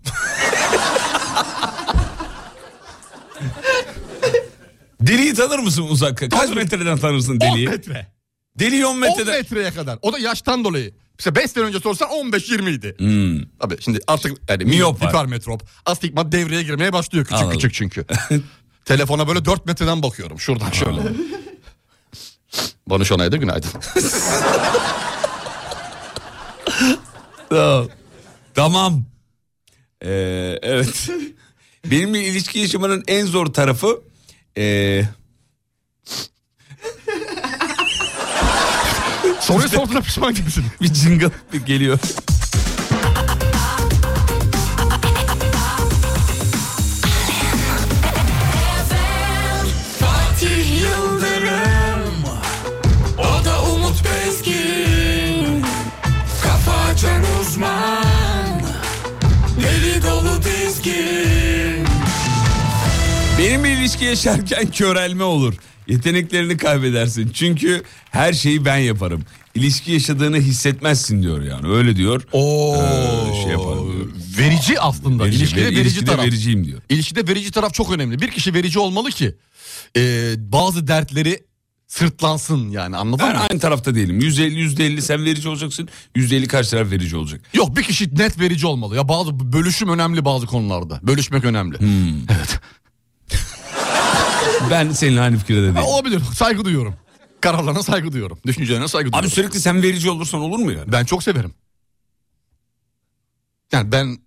A: deliyi tanır mısın uzakta? Kaç metreden tanırsın
B: 10
A: deliyi?
B: metre.
A: Deliyi 10
B: 10
A: metreden.
B: metreye kadar. O da yaştan dolayı. İşte 5 sene önce sorsan 15-20 idi.
A: Hmm.
B: Tabii şimdi artık yani
A: Miyop var.
B: hipermetrop, astigmat devreye girmeye başlıyor küçük
A: Anladım.
B: küçük çünkü. Telefona böyle 4 metreden bakıyorum şuradan şöyle. Barış Onay'da günaydın.
A: Tamam. Ee, evet. Benimle ilişki yaşamanın en zor tarafı... ee,
B: Soruyu sorduğuna pişman gibisin.
A: bir jingle geliyor.
D: O da Umut Bezgin Kafa açan uzman Deli dolu dizgin
A: Benim bir ilişki yaşarken körelme olur. Yeteneklerini kaybedersin. Çünkü her şeyi ben yaparım. İlişki yaşadığını hissetmezsin diyor yani. Öyle diyor.
B: Oo,
A: Ee, şey yaparım diyor.
B: verici aslında.
A: Verici,
B: İlişkide
A: ver-
B: verici
A: ilişkide
B: taraf.
A: vericiyim diyor.
B: İlişkide verici taraf çok önemli. Bir kişi verici olmalı ki e, bazı dertleri sırtlansın yani anladın
A: Ben
B: mı?
A: aynı tarafta değilim. 150 %50 sen verici olacaksın. %50 karşı taraf verici olacak.
B: Yok bir kişi net verici olmalı. Ya bazı bölüşüm önemli bazı konularda. Bölüşmek önemli. Evet.
A: Hmm. Ben seninle aynı fikirde değilim.
B: Ha, olabilir. Saygı duyuyorum. Kararlarına saygı duyuyorum. Düşüncelerine saygı duyuyorum.
A: Abi sürekli sen verici olursan olur mu yani?
B: ben çok severim. Yani ben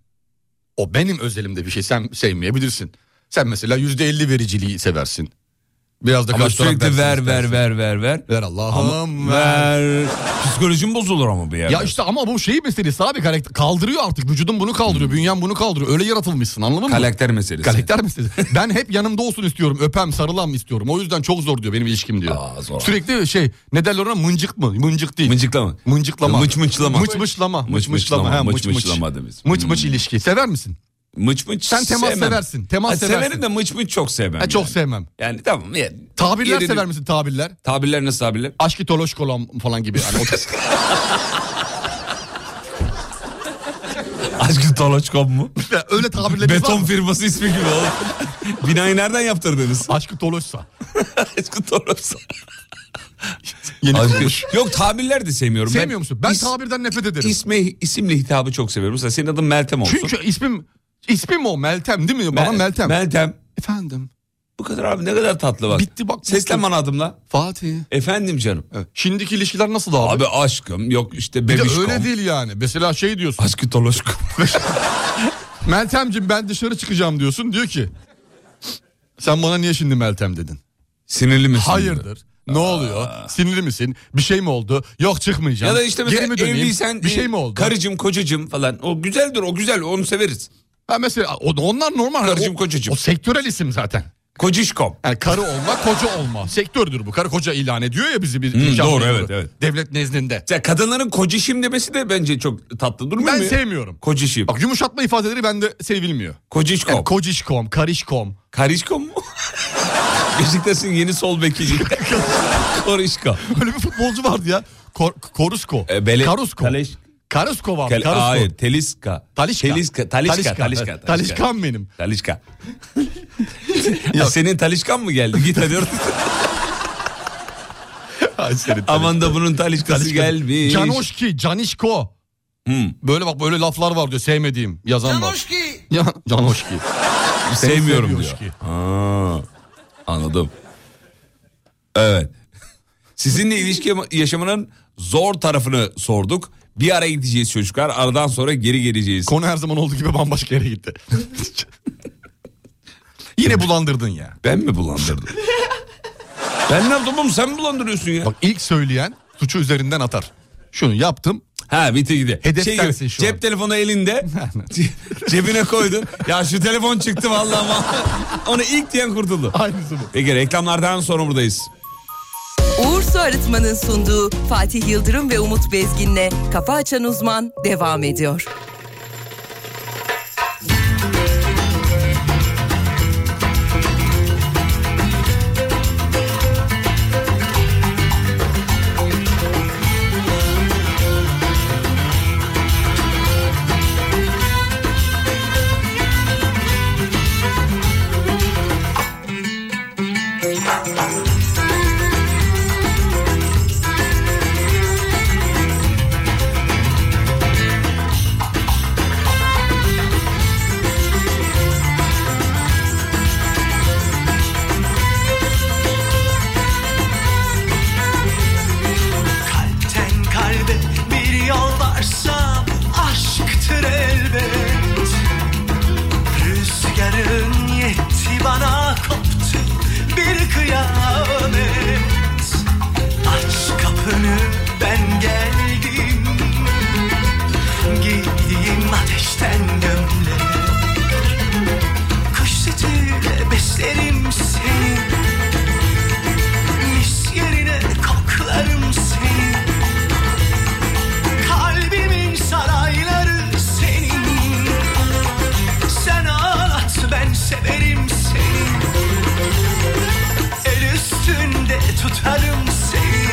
B: o benim özelimde bir şey sen sevmeyebilirsin. Sen mesela yüzde elli vericiliği seversin. Biraz da
A: Ama
B: karşı taraf
A: sürekli
B: versin
A: ver ver
B: istersin.
A: ver ver ver.
B: Ver Allah'ım
A: Ama ver. Psikolojim bozulur ama bir yerde.
B: Ya işte ama bu şey meselesi abi karakter kaldırıyor artık vücudun bunu kaldırıyor bünyen bunu kaldırıyor öyle yaratılmışsın anladın mı?
A: Hmm. Karakter meselesi.
B: Karakter meselesi. ben hep yanımda olsun istiyorum. Öpem, sarılam istiyorum. O yüzden çok zor diyor benim ilişkim diyor.
A: Aa, zor.
B: Sürekli şey ne derler ona mıncık mı? Mıncık değil.
A: Mıncıklama.
B: Mıncıklama.
A: Mıç mıçlama.
B: Mıç mıçlama. Mıç mıçlama. Ha, mıç mıç.
A: mıçlama demiz.
B: Mıç mıç
A: Hmm.
B: ilişki. Sever misin?
A: Mıç mıç
B: Sen temas
A: sevmem.
B: seversin, temas
A: Ha,
B: seversin.
A: Severim de mıç mıç çok sevmem.
B: Ha, çok
A: yani.
B: sevmem.
A: Yani tamam. Yani,
B: Tabirler
A: Yerini-
B: sever misin tabirler?
A: Tabirler nasıl tabirler?
B: Aşkı toloş kolam falan gibi. Hani o-
A: Aşkın Toloçkom mu?
B: öyle tabirler var
A: Beton
B: mı?
A: firması ismi gibi oğlum. Binayı nereden yaptırdınız?
B: Aşkı toloşsa.
A: Aşkın Toloçkom.
B: Yeni
A: Aşkın-
B: kuruluş.
A: Yok tabirler de sevmiyorum.
B: Sevmiyor musun? Ben
A: is-
B: tabirden nefret ederim.
A: isme, isimle hitabı çok seviyorum. Mesela senin adın Meltem olsun.
B: Çünkü ismim ismim o Meltem değil mi? Bana
A: Mel-
B: Meltem.
A: Meltem.
B: Efendim.
A: Bu kadar abi ne kadar tatlı bak.
B: Bitti bak.
A: Seslen bana adımla.
B: Fatih.
A: Efendim canım.
B: Evet. Şimdiki ilişkiler nasıl abi?
A: Abi aşkım yok işte
B: bir de
A: bebişkom.
B: öyle değil yani. Mesela şey diyorsun.
A: Aşkı Toloçkom.
B: Meltemciğim ben dışarı çıkacağım diyorsun. Diyor ki sen bana niye şimdi Meltem dedin?
A: Sinirli misin?
B: Hayırdır? Ne oluyor? Sinirli misin? Bir şey mi oldu? Yok çıkmayacağım.
A: Ya da işte mesela
B: Geri mi döneyim?
A: evliysen
B: bir
A: e,
B: şey mi oldu?
A: Karıcım kocacım falan. O güzeldir o güzel onu severiz.
B: ha mesela o, onlar normal.
A: Karıcığım,
B: o,
A: kocacığım.
B: O sektörel isim zaten.
A: Kocişkom.
B: Yani karı olma, koca olma. Sektördür bu. Karı koca ilan ediyor ya bizi bir
A: Hmm,
B: nikah
A: doğru,
B: memuru.
A: evet, evet.
B: Devlet nezdinde.
A: Ya kadınların kocişim demesi de bence çok tatlı durmuyor
B: Ben
A: mu? ya?
B: sevmiyorum.
A: Kocişim.
B: Bak yumuşatma ifadeleri bende sevilmiyor.
A: Kocişkom.
B: Yani kocişkom, karişkom.
A: Karişkom mu? Beşiktaş'ın yeni sol beki. Korişko.
B: Böyle bir futbolcu vardı ya. Kor, korusko.
A: E, bele-
B: Karusko.
A: Kaleş-
B: Karusko var.
A: Kel-
B: Karusko.
A: Hayır Teliska.
B: Talişka.
A: Teliska. Talişka.
B: Talişka.
A: Talişka. Talişka.
B: Talişkan benim.
A: Talişka. Ya senin talişkan mı geldi? Git hadi.
B: Hayır, senin
A: Aman da bunun talişkası gelmiş.
B: Canoşki, Canişko.
A: Hmm.
B: Böyle bak böyle laflar var diyor sevmediğim yazan var. Ya, Canoşki. Seni
A: Sevmiyorum
B: seviyor
A: diyor.
B: ki.
A: Ha, anladım. Evet. Sizinle ilişki yaşamının zor tarafını sorduk. Bir ara gideceğiz çocuklar. Aradan sonra geri geleceğiz.
B: Konu her zaman olduğu gibi bambaşka yere gitti. Yine bulandırdın ya.
A: ben mi bulandırdım? ben ne yaptım oğlum? Sen mi bulandırıyorsun ya?
B: Bak ilk söyleyen suçu üzerinden atar. Şunu yaptım
A: Ha bitti gitti.
B: Hedef
A: Şey gibi,
B: sensin şu
A: Cep
B: an.
A: telefonu elinde ce- cebine koydun. Ya şu telefon çıktı vallahi ama onu ilk diyen kurtuldu.
B: Aynısı bu.
A: Peki reklamlardan sonra buradayız.
E: Uğur Su Arıtma'nın sunduğu Fatih Yıldırım ve Umut Bezgin'le Kafa Açan Uzman devam ediyor.
I: Kalpten kalbe bir yol varsa aşktır elbet Rüzgarın yetti bana koptu bir kıyamet Aç kapını ben geldim Giydiğim ateşten gömlek Kış sütüyle beslerim seni Mis yerine koklarım seni Kalbimin sarayları senin Sen ağlat ben severim seni El üstünde tutarım seni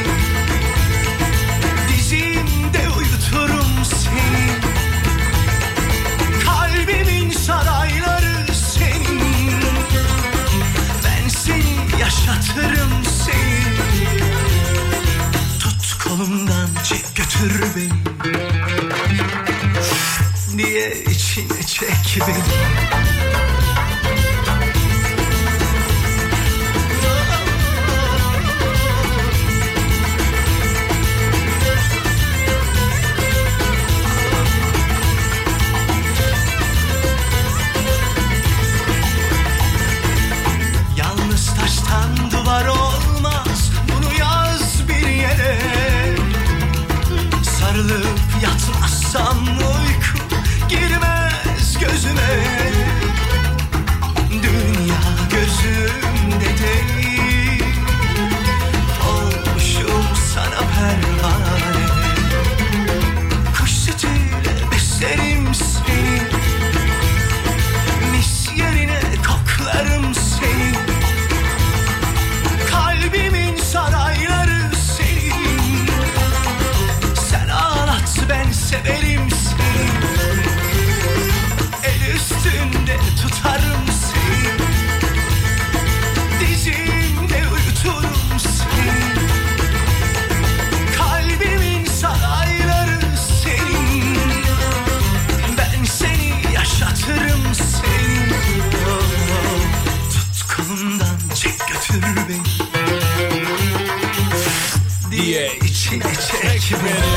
I: Dizimde uyuturum seni Kalbimin sarayları senin Ben seni yaşatırım seni Tut kolumdan çek götür beni Niye içine çek beni Yalnız taştan duvar olmaz Bunu yaz bir yere Sarılıp yatmazsam uyku girmez gözüme Dünya gözümde değil Olmuşum sana pervane Kuş sütüyle beslerim seni Mis yerine koklarım seni Kalbimin sarayları senin Sen ağlat ben severim seni El üstünde tutarım seni Dizimde uyuturum seni Kalbimin sarayları senin Ben seni yaşatırım seni Oh, oh. Tut kolumdan çek götür beni Diye içine çek beni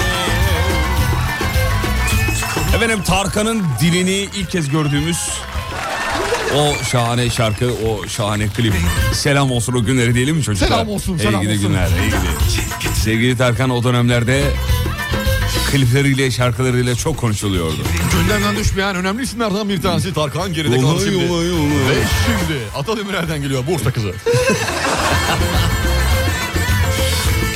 A: Efendim Tarkan'ın dilini ilk kez gördüğümüz o şahane şarkı, o şahane klip. Selam olsun o günleri diyelim mi çocuklar?
B: Selam olsun,
A: iyi
B: selam
A: gidi
B: olsun.
A: günler, iyi gidi. Sevgili Tarkan o dönemlerde klipleriyle, şarkılarıyla çok konuşuluyordu.
B: Gündemden düşmeyen önemli isimlerden bir tanesi Tarkan geride kaldı şimdi. Ve şimdi Atademirer'den geliyor Bursa kızı.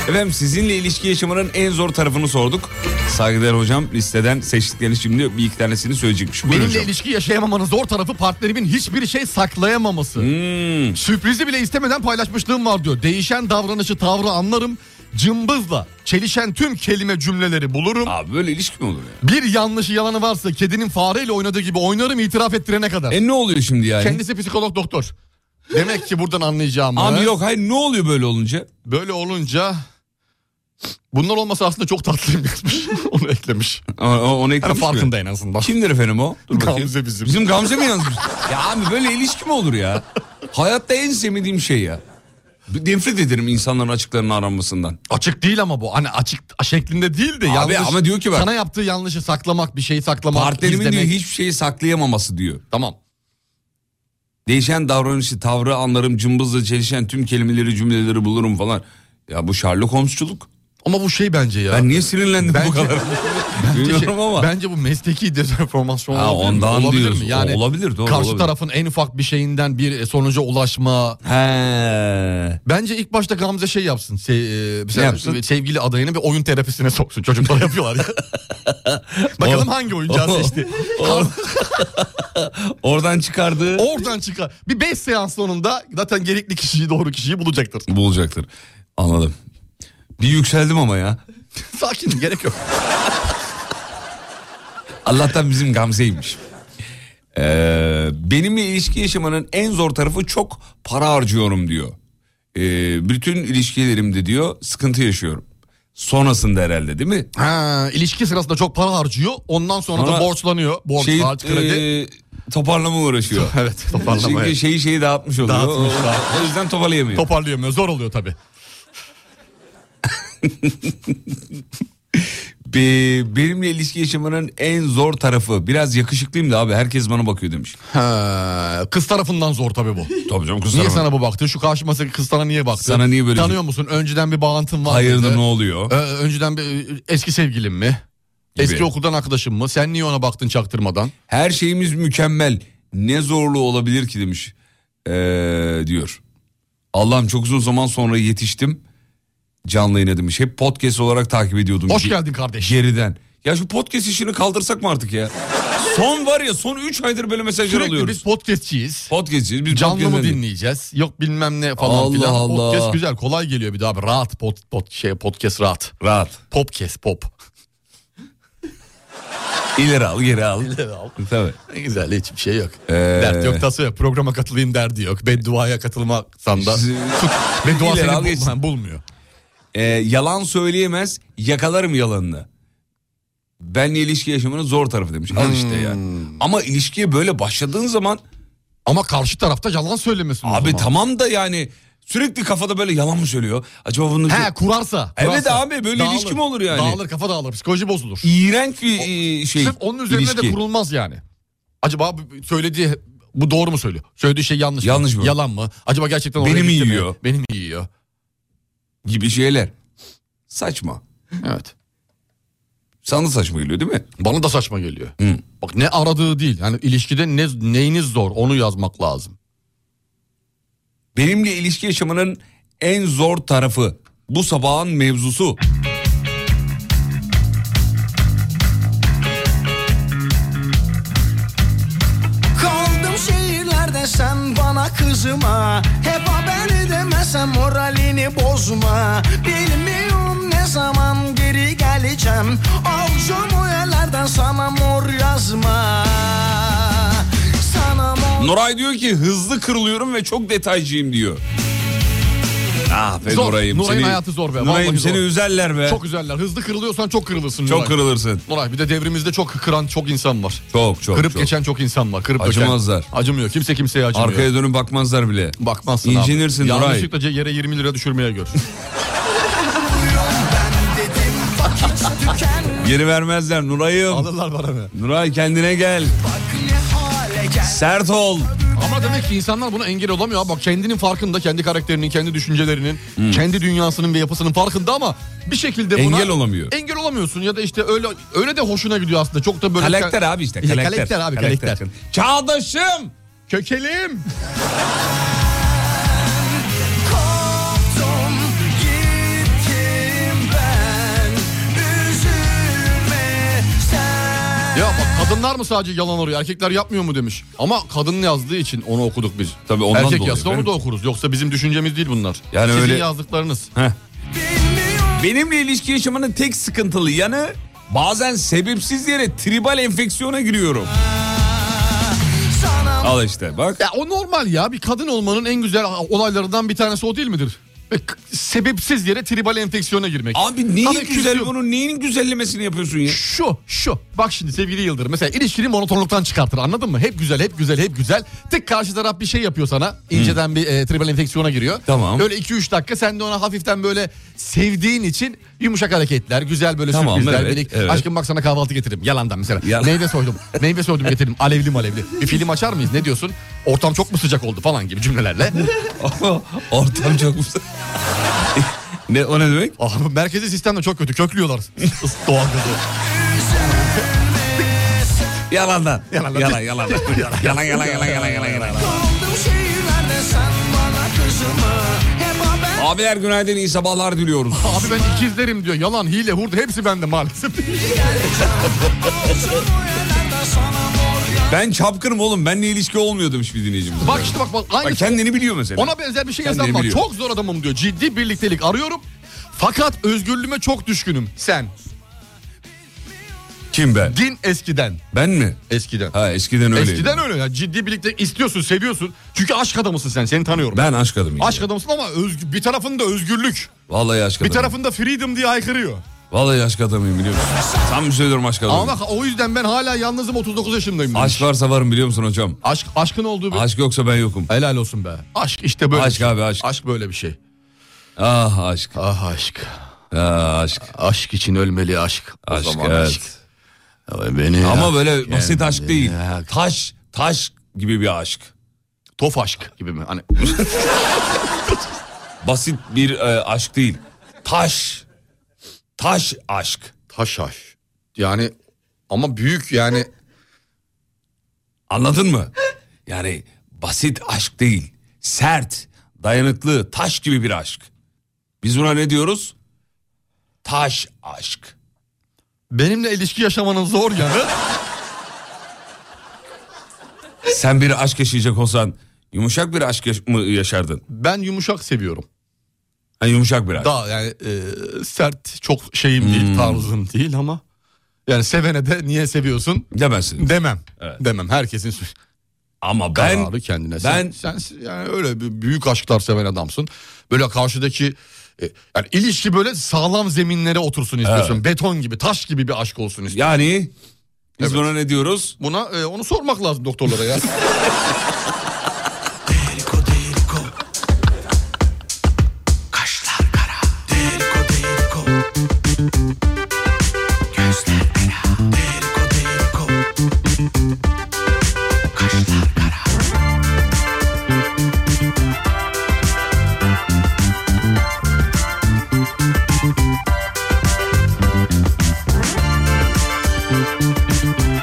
A: Efendim sizinle ilişki yaşamanın en zor tarafını sorduk. Saygıdeğer hocam listeden seçtiklerini şimdi bir iki tanesini söyleyecekmiş. Buyurun
B: Benimle
A: hocam.
B: ilişki yaşayamamanın zor tarafı partnerimin hiçbir şey saklayamaması.
A: Hmm.
B: Sürprizi bile istemeden paylaşmışlığım var diyor. Değişen davranışı tavrı anlarım. Cımbızla çelişen tüm kelime cümleleri bulurum.
A: Abi böyle ilişki mi olur ya?
B: Bir yanlışı yalanı varsa kedinin fareyle oynadığı gibi oynarım itiraf ettirene kadar.
A: E ne oluyor şimdi yani?
B: Kendisi psikolog doktor. Demek ki buradan anlayacağım.
A: Abi yok hayır ne oluyor böyle olunca?
B: Böyle olunca bunlar olmasa aslında çok tatlıyım yazmış. Onu eklemiş.
A: O, o- onu
B: Yani
A: eklemiş mi?
B: farkında en azından.
A: Kimdir efendim o? Dur bakayım.
B: Gamze bizim.
A: Bizim Gamze mi yazmış? ya abi böyle ilişki mi olur ya? Hayatta en sevmediğim şey ya. Nefret ederim insanların açıklarının aranmasından.
B: Açık değil ama bu. Hani açık şeklinde değil de yanlış.
A: ama diyor ki bak-
B: Sana yaptığı yanlışı saklamak, bir şeyi saklamak,
A: Partnerimin
B: izlemek.
A: diyor hiçbir şeyi saklayamaması diyor.
B: Tamam.
A: Değişen davranışı, tavrı anlarım, cımbızla çelişen tüm kelimeleri, cümleleri bulurum falan. Ya bu Sherlock Holmes'culuk.
B: Ama bu şey bence ya.
A: Ben niye sinirlendim bu kadar?
B: Bence, şey-
A: Bilmiyorum ama.
B: bence bu mesleki dezenformasyon
A: Ha,
B: olabilir mi?
A: ondan
B: olabilir
A: diyorsun.
B: mi? Yani
A: Olabilir, doğru,
B: karşı
A: olabilir.
B: tarafın en ufak bir şeyinden bir sonuca ulaşma.
A: He.
B: Bence ilk başta Gamze şey yapsın. Se, e, mesela
A: yapsın?
B: Sevgili adayını bir oyun terapisine soksun. Çocuklar yapıyorlar ya. Bakalım hangi oyuncağı seçti.
A: Oradan çıkardığı
B: Oradan çıkar. Bir 5 seans sonunda zaten gerekli kişiyi doğru kişiyi bulacaktır.
A: bulacaktır. Anladım. Bir yükseldim ama ya.
B: Sakin gerek yok.
A: Allah'tan bizim Gamze'ymiş. Ee, benimle ilişki yaşamanın en zor tarafı çok para harcıyorum diyor. Ee, bütün ilişkilerimde diyor sıkıntı yaşıyorum. Sonrasında herhalde değil mi?
B: Ha, ilişki sırasında çok para harcıyor. Ondan sonra da
A: Ama
B: borçlanıyor. Borç,
A: Şey,
B: harç, kredi.
A: ee, toparlama uğraşıyor.
B: Evet toparlamaya.
A: Çünkü şeyi şeyi dağıtmış oluyor.
B: Dağıtmış,
A: O-
B: dağıtmış.
A: O yüzden toparlayamıyor.
B: Toparlayamıyor. Zor oluyor tabii.
A: Be- benimle ilişki yaşamanın en zor tarafı. Biraz yakışıklıyım da abi herkes bana bakıyor demiş.
B: Ha, kız tarafından zor tabii bu.
A: Tabii canım kız
B: Niye
A: tarafı.
B: sana bu baktı? Şu karşı masadaki kız sana niye baktı?
A: Sana niye böyle-
B: Tanıyor musun? Önceden bir bağlantın var
A: Hayırdır
B: mıydı?
A: ne oluyor?
B: Ee, önceden bir eski sevgilin mi?
A: Gibi.
B: Eski okuldan arkadaşın mı? Sen niye ona baktın çaktırmadan?
A: Her şeyimiz mükemmel. Ne zorluğu olabilir ki demiş. Ee, diyor. Allah'ım çok uzun zaman sonra yetiştim. Canlı yayına demiş. Hep podcast olarak takip ediyordum.
B: Hoş
A: Ge-
B: geldin kardeş.
A: Geriden. Ya şu podcast işini kaldırsak mı artık ya? son var ya son 3 aydır böyle mesajlar
B: Sürekli
A: alıyoruz.
B: biz podcastçiyiz.
A: Podcastçiyiz. Biz
B: Canlı mı
A: podcast'ten-
B: dinleyeceğiz? Yok bilmem ne falan
A: Allah
B: filan.
A: Allah.
B: Podcast güzel kolay geliyor bir daha abi. Rahat pot, pot, şey, podcast rahat.
A: Rahat.
B: Popcast pop.
A: İleri al geri al. Tabii.
B: Ne güzel hiçbir şey yok.
A: Ee,
B: Dert yok tası yok. Programa katılayım derdi yok. Bedduaya katılmaksan da. Beddua
A: İleri
B: seni
A: al
B: bul-
A: geçsin.
B: ha, bulmuyor.
A: Ee, yalan söyleyemez yakalarım yalanını. Benle ilişki yaşamanın zor tarafı demiş. Al işte ya. Ama ilişkiye böyle başladığın zaman
B: Hmm. Ama karşı tarafta yalan söylemesin o
A: abi
B: zaman.
A: tamam da yani sürekli kafada böyle yalan mı söylüyor? Acaba bunu
B: He kurarsa.
A: Evet
B: kurarsa.
A: abi, böyle ilişki mi olur yani?
B: Dağılır kafa dağılır psikoloji bozulur.
A: iğrenç bir e, şey.
B: Sırf onun üzerine
A: ilişki.
B: de kurulmaz yani. Acaba bu- söylediği bu doğru mu söylüyor? Söylediği şey yanlış,
A: Yanlış mı?
B: Yalan mı? Acaba gerçekten oraya
A: Beni mi
B: gitti
A: yiyor?
B: Beni mi yiyor?
A: gibi şeyler. Saçma.
B: Evet.
A: Sana da saçma geliyor değil mi?
B: Bana da saçma geliyor.
A: Hı.
B: Bak ne aradığı değil. Yani ilişkide ne neyiniz zor onu yazmak lazım.
A: Benimle ilişki yaşamanın en zor tarafı bu sabahın mevzusu.
I: Kaldım şehirlerde sen bana kızıma Hep haber edemezsem moralini bozma Bilmiyorum ne zaman geri geleceğim Avcum uyalardan sana mor yazma Sana mor
A: Nuray diyor ki hızlı kırılıyorum ve çok detaycıyım diyor. Ah be
B: Zor.
A: Nuray'ım.
B: Nuray'ın
A: seni-
B: hayatı zor be,
A: Nuray'ım
B: vallahi
A: seni
B: zor.
A: üzerler be.
B: Çok
A: Çok,
B: güzeller. Hızlı kırılıyorsan çok kırılırsın. Nuray.
A: kırılırsın.
B: Nuray bir de devrimizde çok kıran çok insan var.
A: Çok çok
B: Kırıp
A: çok.
B: geçen çok insan var. Kırıp döken.
A: Acımazlar.
B: Acımıyor. Kimse kimseye acımıyor.
A: Arkaya dönüp bakmazlar bile.
B: Bakmazsın
A: İncinirsin
B: abi.
A: Nuray.
B: Yanlışlıkla ce- yere 20 lira düşürmeye gör.
A: Geri vermezler Nuray'ım.
B: Alırlar bana mı?
A: Nuray kendine gel. Sert ol.
B: Ama demek ki insanlar buna engel olamıyor. Bak kendinin farkında, kendi karakterinin, kendi düşüncelerinin, kendi dünyasının ve yapısının farkında ama bir şekilde buna
A: Hmm. Engel olamıyor.
B: Engel olamıyorsun ya da işte öyle öyle de hoşuna gidiyor aslında. Çok da böyle
A: Kalekter abi işte.
B: Ya,
A: Kalekter,
B: kalekter abi, kalekter.
A: Çağdaşım.
B: Kökelim.
I: koptum Gittim ben Üzülme sen
B: Ya bak kadınlar mı sadece yalan arıyor, erkekler yapmıyor mu demiş. Ama kadın yazdığı için onu okuduk biz.
A: Tabii ondan
B: Erkek
A: dolayı,
B: yazsa
A: değil
B: onu
A: mi?
B: da okuruz. Yoksa bizim düşüncemiz değil bunlar.
A: Yani
B: Sizin
A: öyle-
B: yazdıklarınız.
A: Benimle ilişki yaşamanın tek sıkıntılı yanı bazen sebepsiz yere tribal enfeksiyona giriyorum. Al işte bak.
B: Ya o normal ya. Bir kadın olmanın en güzel olaylarından bir tanesi o değil midir? Ve k- Sebepsiz yere tribal enfeksiyona girmek.
A: Abi neyin
B: Tabii
A: güzel
B: küsüyor.
A: bunun neyin güzellemesini yapıyorsun ya?
B: Şu şu bak şimdi sevgili Yıldırım mesela ilişkini monotonluktan çıkartır anladın mı? Hep güzel hep güzel hep güzel tık karşı taraf bir şey yapıyor sana inceden bir e, tribal enfeksiyona giriyor.
A: Tamam.
B: Öyle 2-3 dakika sen de ona hafiften böyle sevdiğin için yumuşak hareketler güzel böyle
A: Tamam,
B: sürprizler.
A: evet,
B: birlik-
A: evet.
B: Aşkım bak sana kahvaltı getiririm yalandan mesela
A: Yalan.
B: meyve soydum meyve soydum getiririm alevli malevli bir film açar mıyız ne diyorsun? Ortam çok mu sıcak oldu falan gibi cümlelerle.
A: Ortam çok güzel. Ne, o ne demek?
B: Abi Ah, merkezi sistem de çok kötü. Köklüyorlar ıs- doğalgazı.
A: Yalandan.
B: Yalandan.
A: Yalan yalan. yalan yalan yalan yalan yalan yalan. Abiler günaydın iyi sabahlar diliyoruz.
B: Abi ben ikizlerim diyor. Yalan, hile, hurda hepsi bende maalesef.
A: Ben çapkınım oğlum. Benle ilişki olmuyor demiş bir dinleyicimiz.
B: bak işte bak bak aynı.
A: Bak kendini biliyor mesela.
B: Ona benzer bir şey
A: Kendini
B: yazan var.
A: biliyor.
B: Çok zor adamım diyor. Ciddi birliktelik arıyorum. Fakat özgürlüğüme çok düşkünüm. Sen.
A: Kim ben?
B: Din eskiden.
A: Ben mi?
B: Eskiden.
A: Ha eskiden öyleydi.
B: Eskiden öyle ya. Ciddi birlikte istiyorsun, seviyorsun. Çünkü aşk adamısın sen. Seni tanıyorum.
A: Ben aşk adamıyım.
B: Aşk adamısın ama özgü- bir tarafında özgürlük.
A: Vallahi aşk
B: Bir
A: adamıyım.
B: tarafında freedom diye aykırıyor.
A: Vallahi aşk adamıyım biliyor musun? Tam bir söylüyorum aşk adamıyım.
B: Ama bak o yüzden ben hala yalnızım 39 yaşındayım. demiş.
A: Aşk varsa varım biliyor musun hocam?
B: Aşk, aşkın olduğu bir...
A: Aşk yoksa ben yokum.
B: Helal olsun be. Aşk işte böyle.
A: Aşk
B: bir şey.
A: abi, aşk.
B: böyle bir şey.
A: Ah aşk.
B: Ah aşk.
A: Ah aşk.
B: Aşk için ölmeli aşk. O
A: Aşk,
B: zaman
A: evet.
B: aşk. Ay Beni
A: Ama
B: ya-
A: böyle basit aşk değil.
B: ya-
A: Taş, taş gibi bir aşk.
B: Tof aşk gibi mi? Hani
A: Basit bir e, aşk değil. Taş. Taş aşk.
B: taş aşk. Yani ama büyük yani
A: Anladın mı? Yani basit aşk değil. Sert, dayanıklı, taş gibi bir aşk. Biz buna ne diyoruz? Taş aşk.
B: benimle ilişki yaşamanın zor yanı.
A: Sen bir aşk yaşayacak olsan yumuşak bir aşk yaş- mı yaşardın?
B: Ben yumuşak seviyorum.
A: Ha, yumuşak bir aşk.
B: Daha yani e, sert çok şeyim değil tarzım değil ama yani sevene de niye seviyorsun
A: Demezsin.
B: demem.
A: Evet.
B: Demem herkesin sü-
A: Ama ben
B: kararı kendine.
A: ben-
B: Ben sen, sen yani öyle bir büyük aşklar seven adamsın. Böyle karşıdaki e, yani ilişki böyle sağlam zeminlere otursun istiyorsun. Beton gibi, taş gibi bir aşk olsun istiyorsun.
A: yani biz
B: Evet.
A: buna ne diyoruz?
B: Buna e, onu sormak lazım doktorlara ya.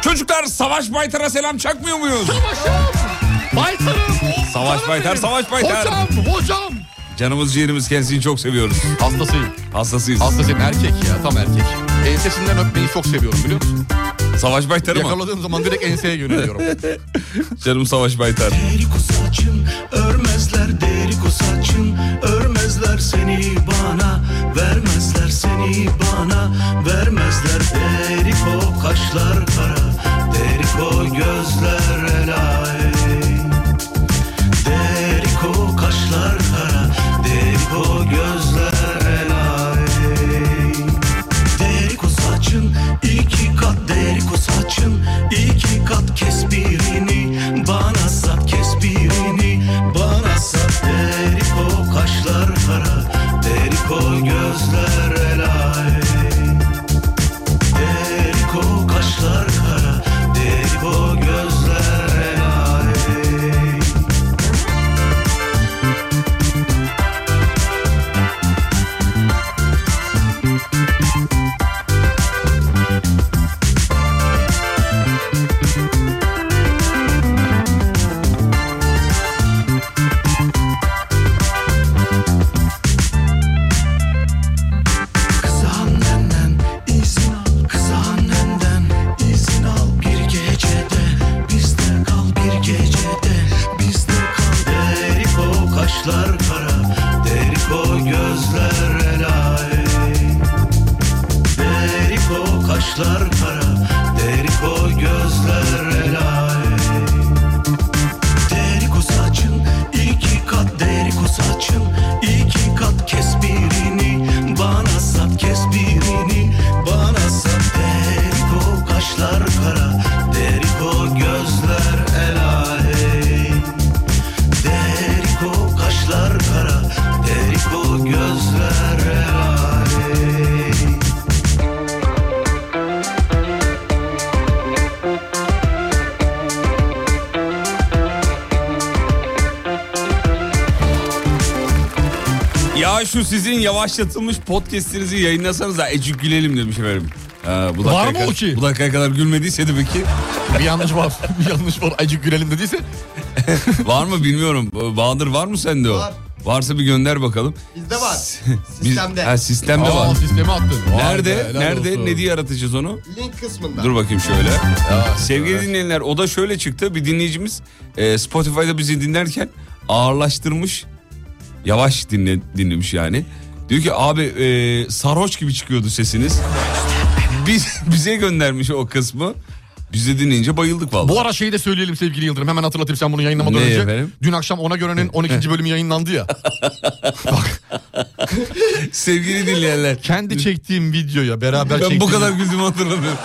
A: Çocuklar Savaş Baytar'a selam çakmıyor muyuz?
B: Baytarım.
A: Savaş Baytar, Savaş Baytar.
B: Hocam, hocam.
A: Canımız ciğerimiz kendisini çok seviyoruz.
B: Hastasıyım.
A: Hastasıyız.
B: Hastasıyım erkek ya tam erkek. Ensesinden öpmeyi çok seviyorum biliyor musun?
A: Savaş Baytar'ı mı?
B: Yakaladığım zaman direkt enseye yöneliyorum.
A: Canım Savaş Baytar.
J: Deriko saçın örmezler deriko saçın örmezler seni bana vermezler seni bana vermezler deriko kaşlar kara deriko gözler elay deriko kaşlar kara deriko gözler elay Deriko saçın iki kat deriko saçın iki kat kes birini bana sat kes birini bana sat deriko kaşlar kara deriko gözler elay deriko kaşlar kara deriko gözler
A: Ya şu sizin yavaşlatılmış podcast'inizi yayınlasanız da ecik gülelim demiş efendim. Ha, bu
B: Var
A: dakikaya
B: mı
A: kadar-
B: o ki?
A: Bu dakikaya kadar gülmediyse demek ki
B: bir yanlış var. Bir yanlış var. Acık gülelim dediyse.
A: var mı bilmiyorum. Bahadır var mı sende o?
K: Var.
A: Varsa bir gönder bakalım.
K: Bizde var.
A: Biz-
K: Sistemde.
A: ha, sistemde
B: Aa,
A: var.
B: sistemi attın. Vay
A: Nerede?
B: be, helal
A: Nerede?
B: olsun.
A: Ne diye aratacağız onu?
K: Link kısmında.
A: Dur bakayım şöyle. Sevgili dinleyenler o da şöyle çıktı. Bir dinleyicimiz e, Spotify'da bizi dinlerken ağırlaştırmış. Yavaş dinle, dinlemiş yani. Diyor ki abi e, sarhoş gibi çıkıyordu sesiniz. Biz, bize göndermiş o kısmı. Biz de dinleyince bayıldık vallahi.
B: Bu ara şeyi de söyleyelim sevgili Yıldırım. Hemen hatırlatayım sen bunu yayınlamadan
A: Ne
B: önce.
A: efendim?
B: Dün akşam Ona Görenin 12. bölümü yayınlandı ya.
A: Sevgili dinleyenler.
B: Kendi çektiğim videoya beraber
A: Ben
B: çektiğim.
A: bu kadar güldüğümü hatırlamıyorum.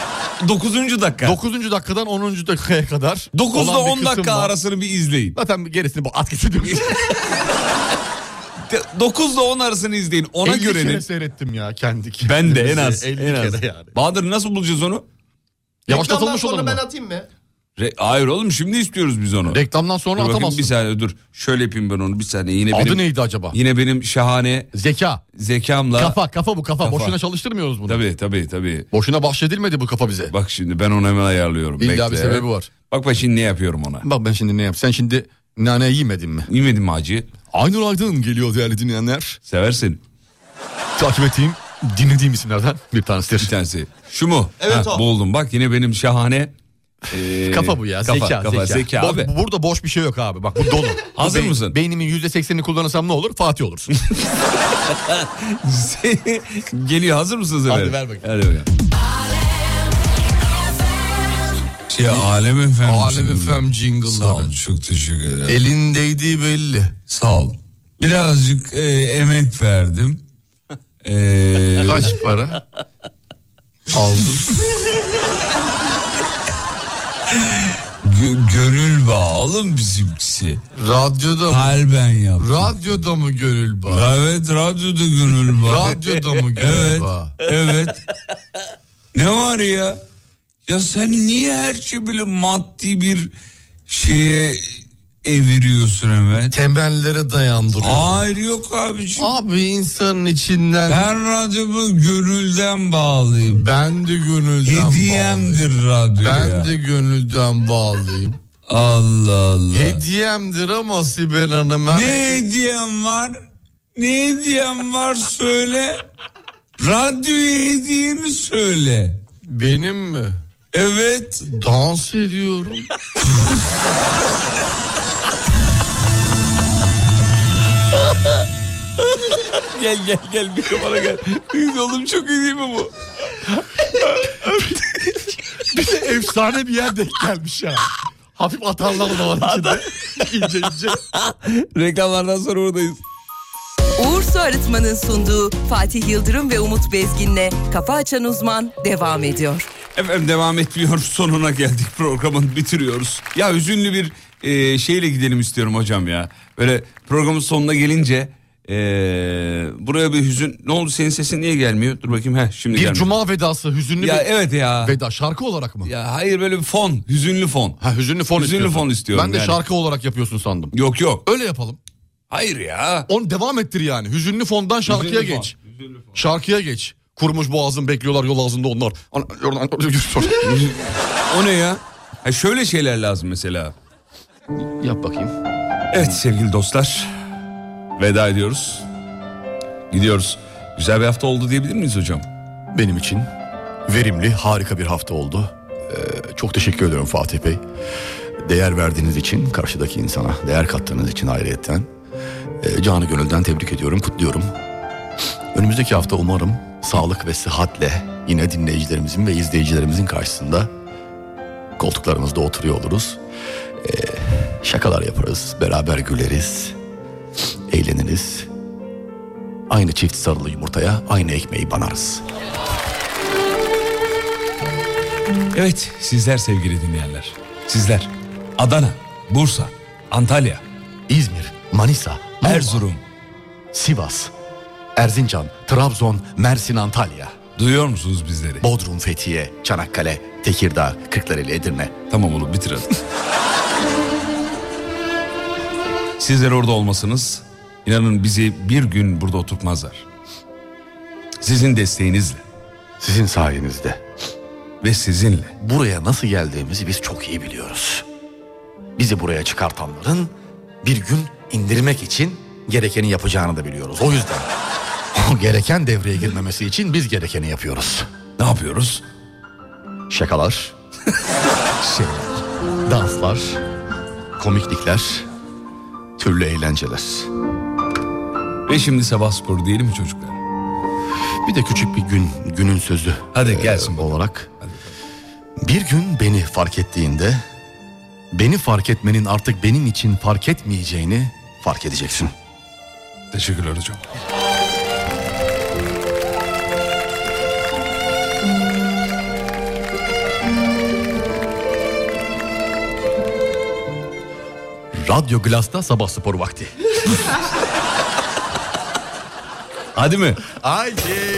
A: 9. dakika.
B: 9. dakikadan 10. dakikaya kadar.
A: 9 ile
B: olan bir
A: 10
B: kısım
A: dakika
B: var.
A: arasını bir izleyin.
B: Zaten gerisini bu at geçiyor.
A: 9 ile 10 arasını izleyin. Ona
B: 50 kere
A: görenin.
B: seyrettim ya kendi
A: Ben de en
B: kendimizi.
A: az.
B: 50
A: en az.
B: kere yani.
A: Bahadır nasıl bulacağız onu?
K: Reklamdan
B: Yavaşlatılmış
K: sonra
B: olan mı?
K: ben atayım mı?
A: Re- Hayır oğlum şimdi istiyoruz biz onu.
B: Reklamdan
A: Dur
B: sonra
A: bakayım,
B: atamazsın.
A: bir saniye dur. Şöyle yapayım ben onu bir saniye. Yine
B: Adı
A: benim,
B: neydi acaba?
A: Yine benim şahane
B: Zeka.
A: zekamla.
B: Kafa kafa bu kafa.
A: Kafa.
B: Boşuna çalıştırmıyoruz bunu.
A: Tabii tabii tabii.
B: Boşuna bahşedilmedi bu kafa bize.
A: Bak şimdi ben onu hemen ayarlıyorum.
B: İlla
A: Bekle.
B: bir sebebi var.
A: Bak bak şimdi ne yapıyorum ona.
B: Bak ben şimdi ne yapayım? Sen şimdi nane yemedin mi?
A: Yemedim mi acı?
B: Aynur Aydın geliyor değerli dinleyenler.
A: Seversin
B: Takip ettiğim, dinlediğim isimlerden bir
A: bir
B: tanesidir.
A: tanesi. Şu mu?
K: Evet, o.
A: Buldum bak yine benim şahane. ee,
B: Kafa bu ya.
A: Kafa,
B: zeka,
A: kafa,
B: zeka.
A: zeka
B: Bo-
A: abi.
B: Burada boş bir şey yok abi. Bak bu dolu. Bu
A: Hazır mısın?
B: Beynimin %80'ini kullanırsam ne olur? Fatih olursun.
A: Geliyor hazır mısınız efendim?
B: ver bakayım.
A: Hadi bakalım. Ya Şey, alem efendim. Sağ olun, çok teşekkür ederim.
B: Elin değdiği belli.
A: Sağ ol. Birazcık e, emek verdim. E,
B: Kaç para? Aldım.
A: gö- gönül bağlım bizimkisi.
B: Radyoda mı?
A: Kalben yaptım.
B: Radyoda mı gönül bağı?
A: evet radyoda gönül bağ.
B: Radyoda mı
A: evet.
B: gönül bağı?
A: evet. Ne var ya? Ya sen niye her şeyi böyle maddi bir şeye eviriyorsun hemen?
B: Temellere dayandırıyor.
A: Hayır yok abiciğim.
B: Abi insanın içinden ben,
A: Ben radyomu gönülden bağlıyım.
B: de gönülden bağlıyım.
A: Hediyemdir radyo
B: Ben
A: ya.
B: de gönülden bağlıyım.
A: Allah Allah.
B: Hediyemdir ama Sibel Hanım. her-
A: Ne hediyem var? Ne hediyem var söyle. Radyoya hediyemi söyle.
B: Benim mi?
A: Evet.
B: Dans ediyorum.
A: Gel gel gel bir numara gel. Kız oğlum çok iyi değil mi bu?
B: bir de efsane bir yer denk gelmiş ya. Hafif atarlar da var içinde. ince ince.
A: Reklamlardan sonra oradayız.
E: Uğur Su Arıtma'nın sunduğu Fatih Yıldırım ve Umut Bezgin'le Kafa Açan Uzman devam ediyor.
A: Efendim devam etmiyor. Sonuna geldik programın bitiriyoruz. Ya hüzünlü bir e, şeyle gidelim istiyorum hocam ya. Böyle programın sonuna gelince e, buraya bir hüzün. Ne oldu senin sesin niye gelmiyor? Dur bakayım. Heh, şimdi
B: Bir
A: gelmiyor.
B: cuma vedası hüzünlü
A: Ya
B: bir
A: evet ya.
B: veda şarkı olarak mı?
A: Ya hayır böyle bir fon, hüzünlü fon.
B: Ha hüzünlü fon
A: Hüzünlü
B: istiyorsun.
A: fon istiyorum
B: Ben de
A: yani.
B: şarkı olarak yapıyorsun sandım.
A: Yok yok.
B: Öyle yapalım.
A: Hayır ya.
B: Onu devam ettir yani. Hüzünlü fondan şarkıya
A: Hüzünlü fon,
B: geç. Şarkıya geç. Kurmuş boğazın bekliyorlar yol ağzında onlar. Ana-
A: O ne ya? Ha şöyle şeyler lazım mesela.
B: Yap bakayım.
A: Evet sevgili dostlar. Veda ediyoruz. Gidiyoruz. Güzel bir hafta oldu diyebilir miyiz hocam?
B: Benim için verimli harika bir hafta oldu. Ee, çok teşekkür ediyorum Fatih Bey. Değer verdiğiniz için karşıdaki insana, değer kattığınız için ayrıyetten. Ee, canı gönülden tebrik ediyorum, kutluyorum. Önümüzdeki hafta umarım sağlık ve sıhhatle yine dinleyicilerimizin ve izleyicilerimizin karşısında koltuklarımızda oturuyor oluruz. Ee, şakalar yaparız, beraber güleriz, eğleniriz. Aynı çift sarılı yumurtaya aynı ekmeği banarız.
A: Evet sizler sevgili dinleyenler. Sizler Adana, Bursa, Antalya,
B: İzmir, Manisa, Muğla,
A: Erzurum.
B: Sivas, Erzincan, Trabzon, Mersin, Antalya,
A: Duyuyor musunuz bizleri?
B: Bodrum, Fethiye, Çanakkale, Tekirdağ, Kırklareli, Edirne.
A: Tamam oğlum bitir hadi. Sizler orada olmasınız. İnanın bizi bir gün burada oturtmazlar. Sizin desteğinizle.
B: Sizin sayenizde.
A: Ve sizinle.
B: Buraya nasıl geldiğimizi biz çok iyi biliyoruz. Bizi buraya çıkartanların bir gün indirmek için gerekeni yapacağını da biliyoruz. O yüzden o gereken devreye girmemesi için biz gerekeni yapıyoruz.
A: Ne yapıyoruz?
B: Şakalar, şeyler, danslar, komiklikler, türlü eğlenceler.
A: Ve şimdi sabah spor diyelim mi çocuklar?
B: Bir de küçük bir gün, günün sözü. e,
A: Hadi gelsin
B: olarak. Bir gün beni fark ettiğinde, beni fark etmenin artık benim için fark etmeyeceğini fark edeceksin.
A: Teşekkürler hocam.
B: Radyo Glas'ta sabah spor vakti.
A: Hadi mi?
B: Haydi.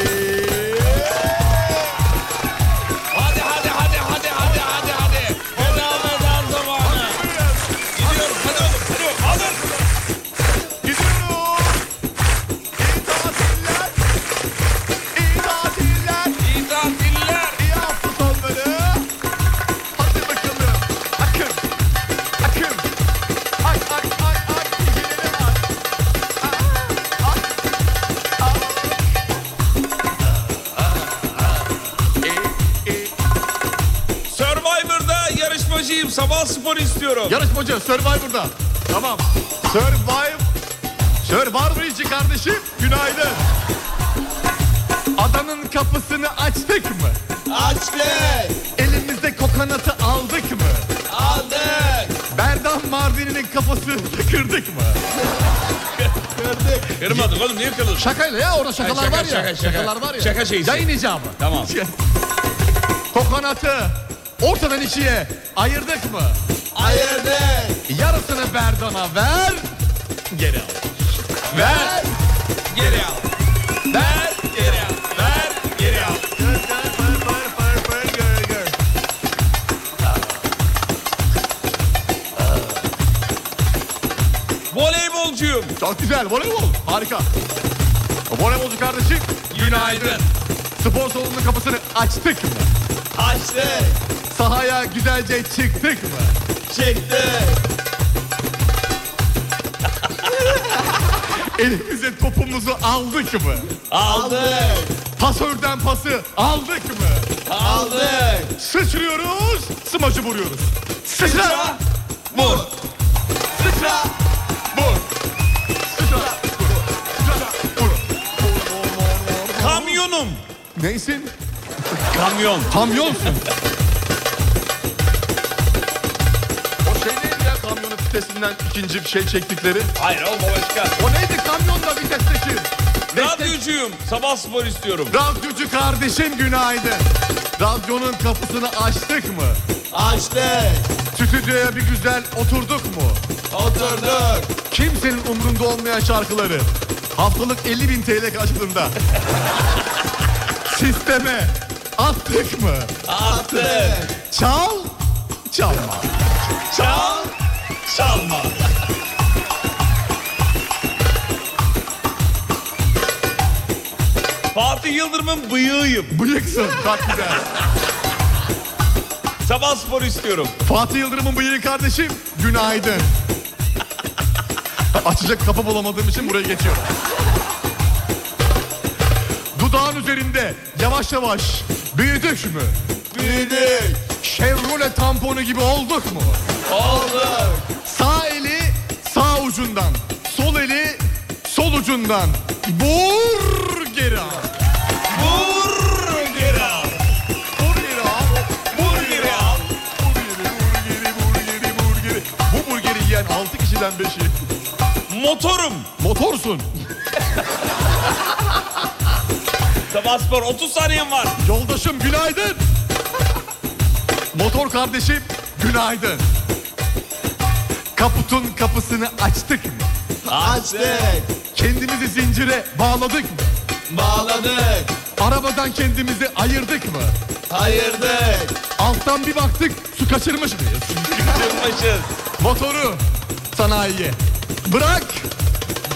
D: Hadi hadi hadi hadi hadi hadi hadi. Veda veda zamanı. Gidiyoruz hadi oğlum hadi oğlum alın. Gidiyoruz. İyi tatiller. İyi tatiller. İyi hafta sonları. Hadi bakalım. Akın. Akın. Ay ay ay ay. Gecelere bak. Aa, ay. E,
A: Survivor'da yarışmacıyım. Sabah spor istiyorum.
B: Yarışmacı Survivor'da. Tamam. Survive. Survivor'cı kardeşim günaydın. Adanın kapısını açtık mı?
D: Açtık.
B: Elimizde kokonatı aldık mı?
D: Aldık.
B: Berdan Mardin'in kafasını kırdık mı?
A: Kırdık. Kırmadık oğlum niye kırdın?
B: Şakayla ya orada şakalar
A: Ay, şaka,
B: var ya.
A: şaka, şaka.
B: Şakalar var ya.
A: Şaka şeysi.
B: Yayın icabı.
A: Tamam.
B: Kokonatı ortadan ikiye ayırdık mı?
D: Ayırdık.
B: Yarısını Berdan'a ver. Geri al. Ver.
D: Geri al. Ver. Geri al. Ver. Geri al.
A: Voleybolcuyum.
B: Çok güzel voleybol. Harika. Voleybolcu kardeşim.
A: Günaydın.
B: Spor salonunun kapısını açtık mı?
D: Açtık.
B: Sahaya güzelce çıktık mı?
D: Çıktık.
B: Elimize topumuzu aldık mı?
D: Aldık.
B: Pasörden pası aldık mı?
D: Aldık.
B: Sıçrıyoruz, smacı vuruyoruz. Sıçra,
D: Sıçra. Vur. Sıçra.
B: vur. Sıçra, vur. Sıçra, vur.
A: Kamyonum.
B: Neysin?
A: Kamyon.
B: Kamyonsun. o şey neydi ya kamyonun vitesinden ikinci bir şey çektikleri?
A: Hayır oğlum o başka.
B: O neydi kamyonla vitesteki?
A: Radyocuyum. Sabah spor istiyorum.
B: Radyocu kardeşim günaydın. Radyonun kapısını açtık mı?
D: Açtık.
B: Stüdyoya bir güzel oturduk mu?
D: Oturduk.
B: Kimsenin umrunda olmayan şarkıları haftalık 50 bin TL karşılığında sisteme attık mı?
D: Attık.
B: Çal, çalma.
D: Çal. Çalma.
A: Fatih Yıldırım'ın bıyığıyım.
B: Bıyıksın çok güzel.
A: Sabah spor istiyorum.
B: Fatih Yıldırım'ın bıyığı kardeşim günaydın. Açacak kapı bulamadığım için buraya geçiyorum. Dudağın üzerinde yavaş yavaş büyüdük mü?
D: Büyüdük.
B: Chevrolet tamponu gibi olduk mu?
D: Olduk.
B: Sağ eli sağ ucundan. Sol eli sol ucundan. Vur geri al.
D: Vur geri al.
B: Vur geri al.
D: Vur geri al.
B: Vur geri, vur geri, vur geri, vur geri. Bu burgeri yiyen 6 kişiden 5'i
A: Motorum.
B: motorsun.
A: Sabah spor 30 saniyem var.
B: Yoldaşım günaydın. Motor kardeşim günaydın. Kaputun kapısını açtık mı?
D: Açtık.
B: Kendimizi zincire bağladık mı?
D: Bağladık.
B: Arabadan kendimizi ayırdık mı?
D: Hayırdık.
B: Alttan bir baktık su kaçırmış mıyız?
A: Kırmışız.
B: Motoru sanayiye bırak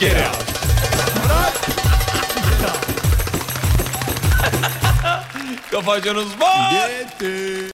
A: geri al. Bırak. Kafacan uzman.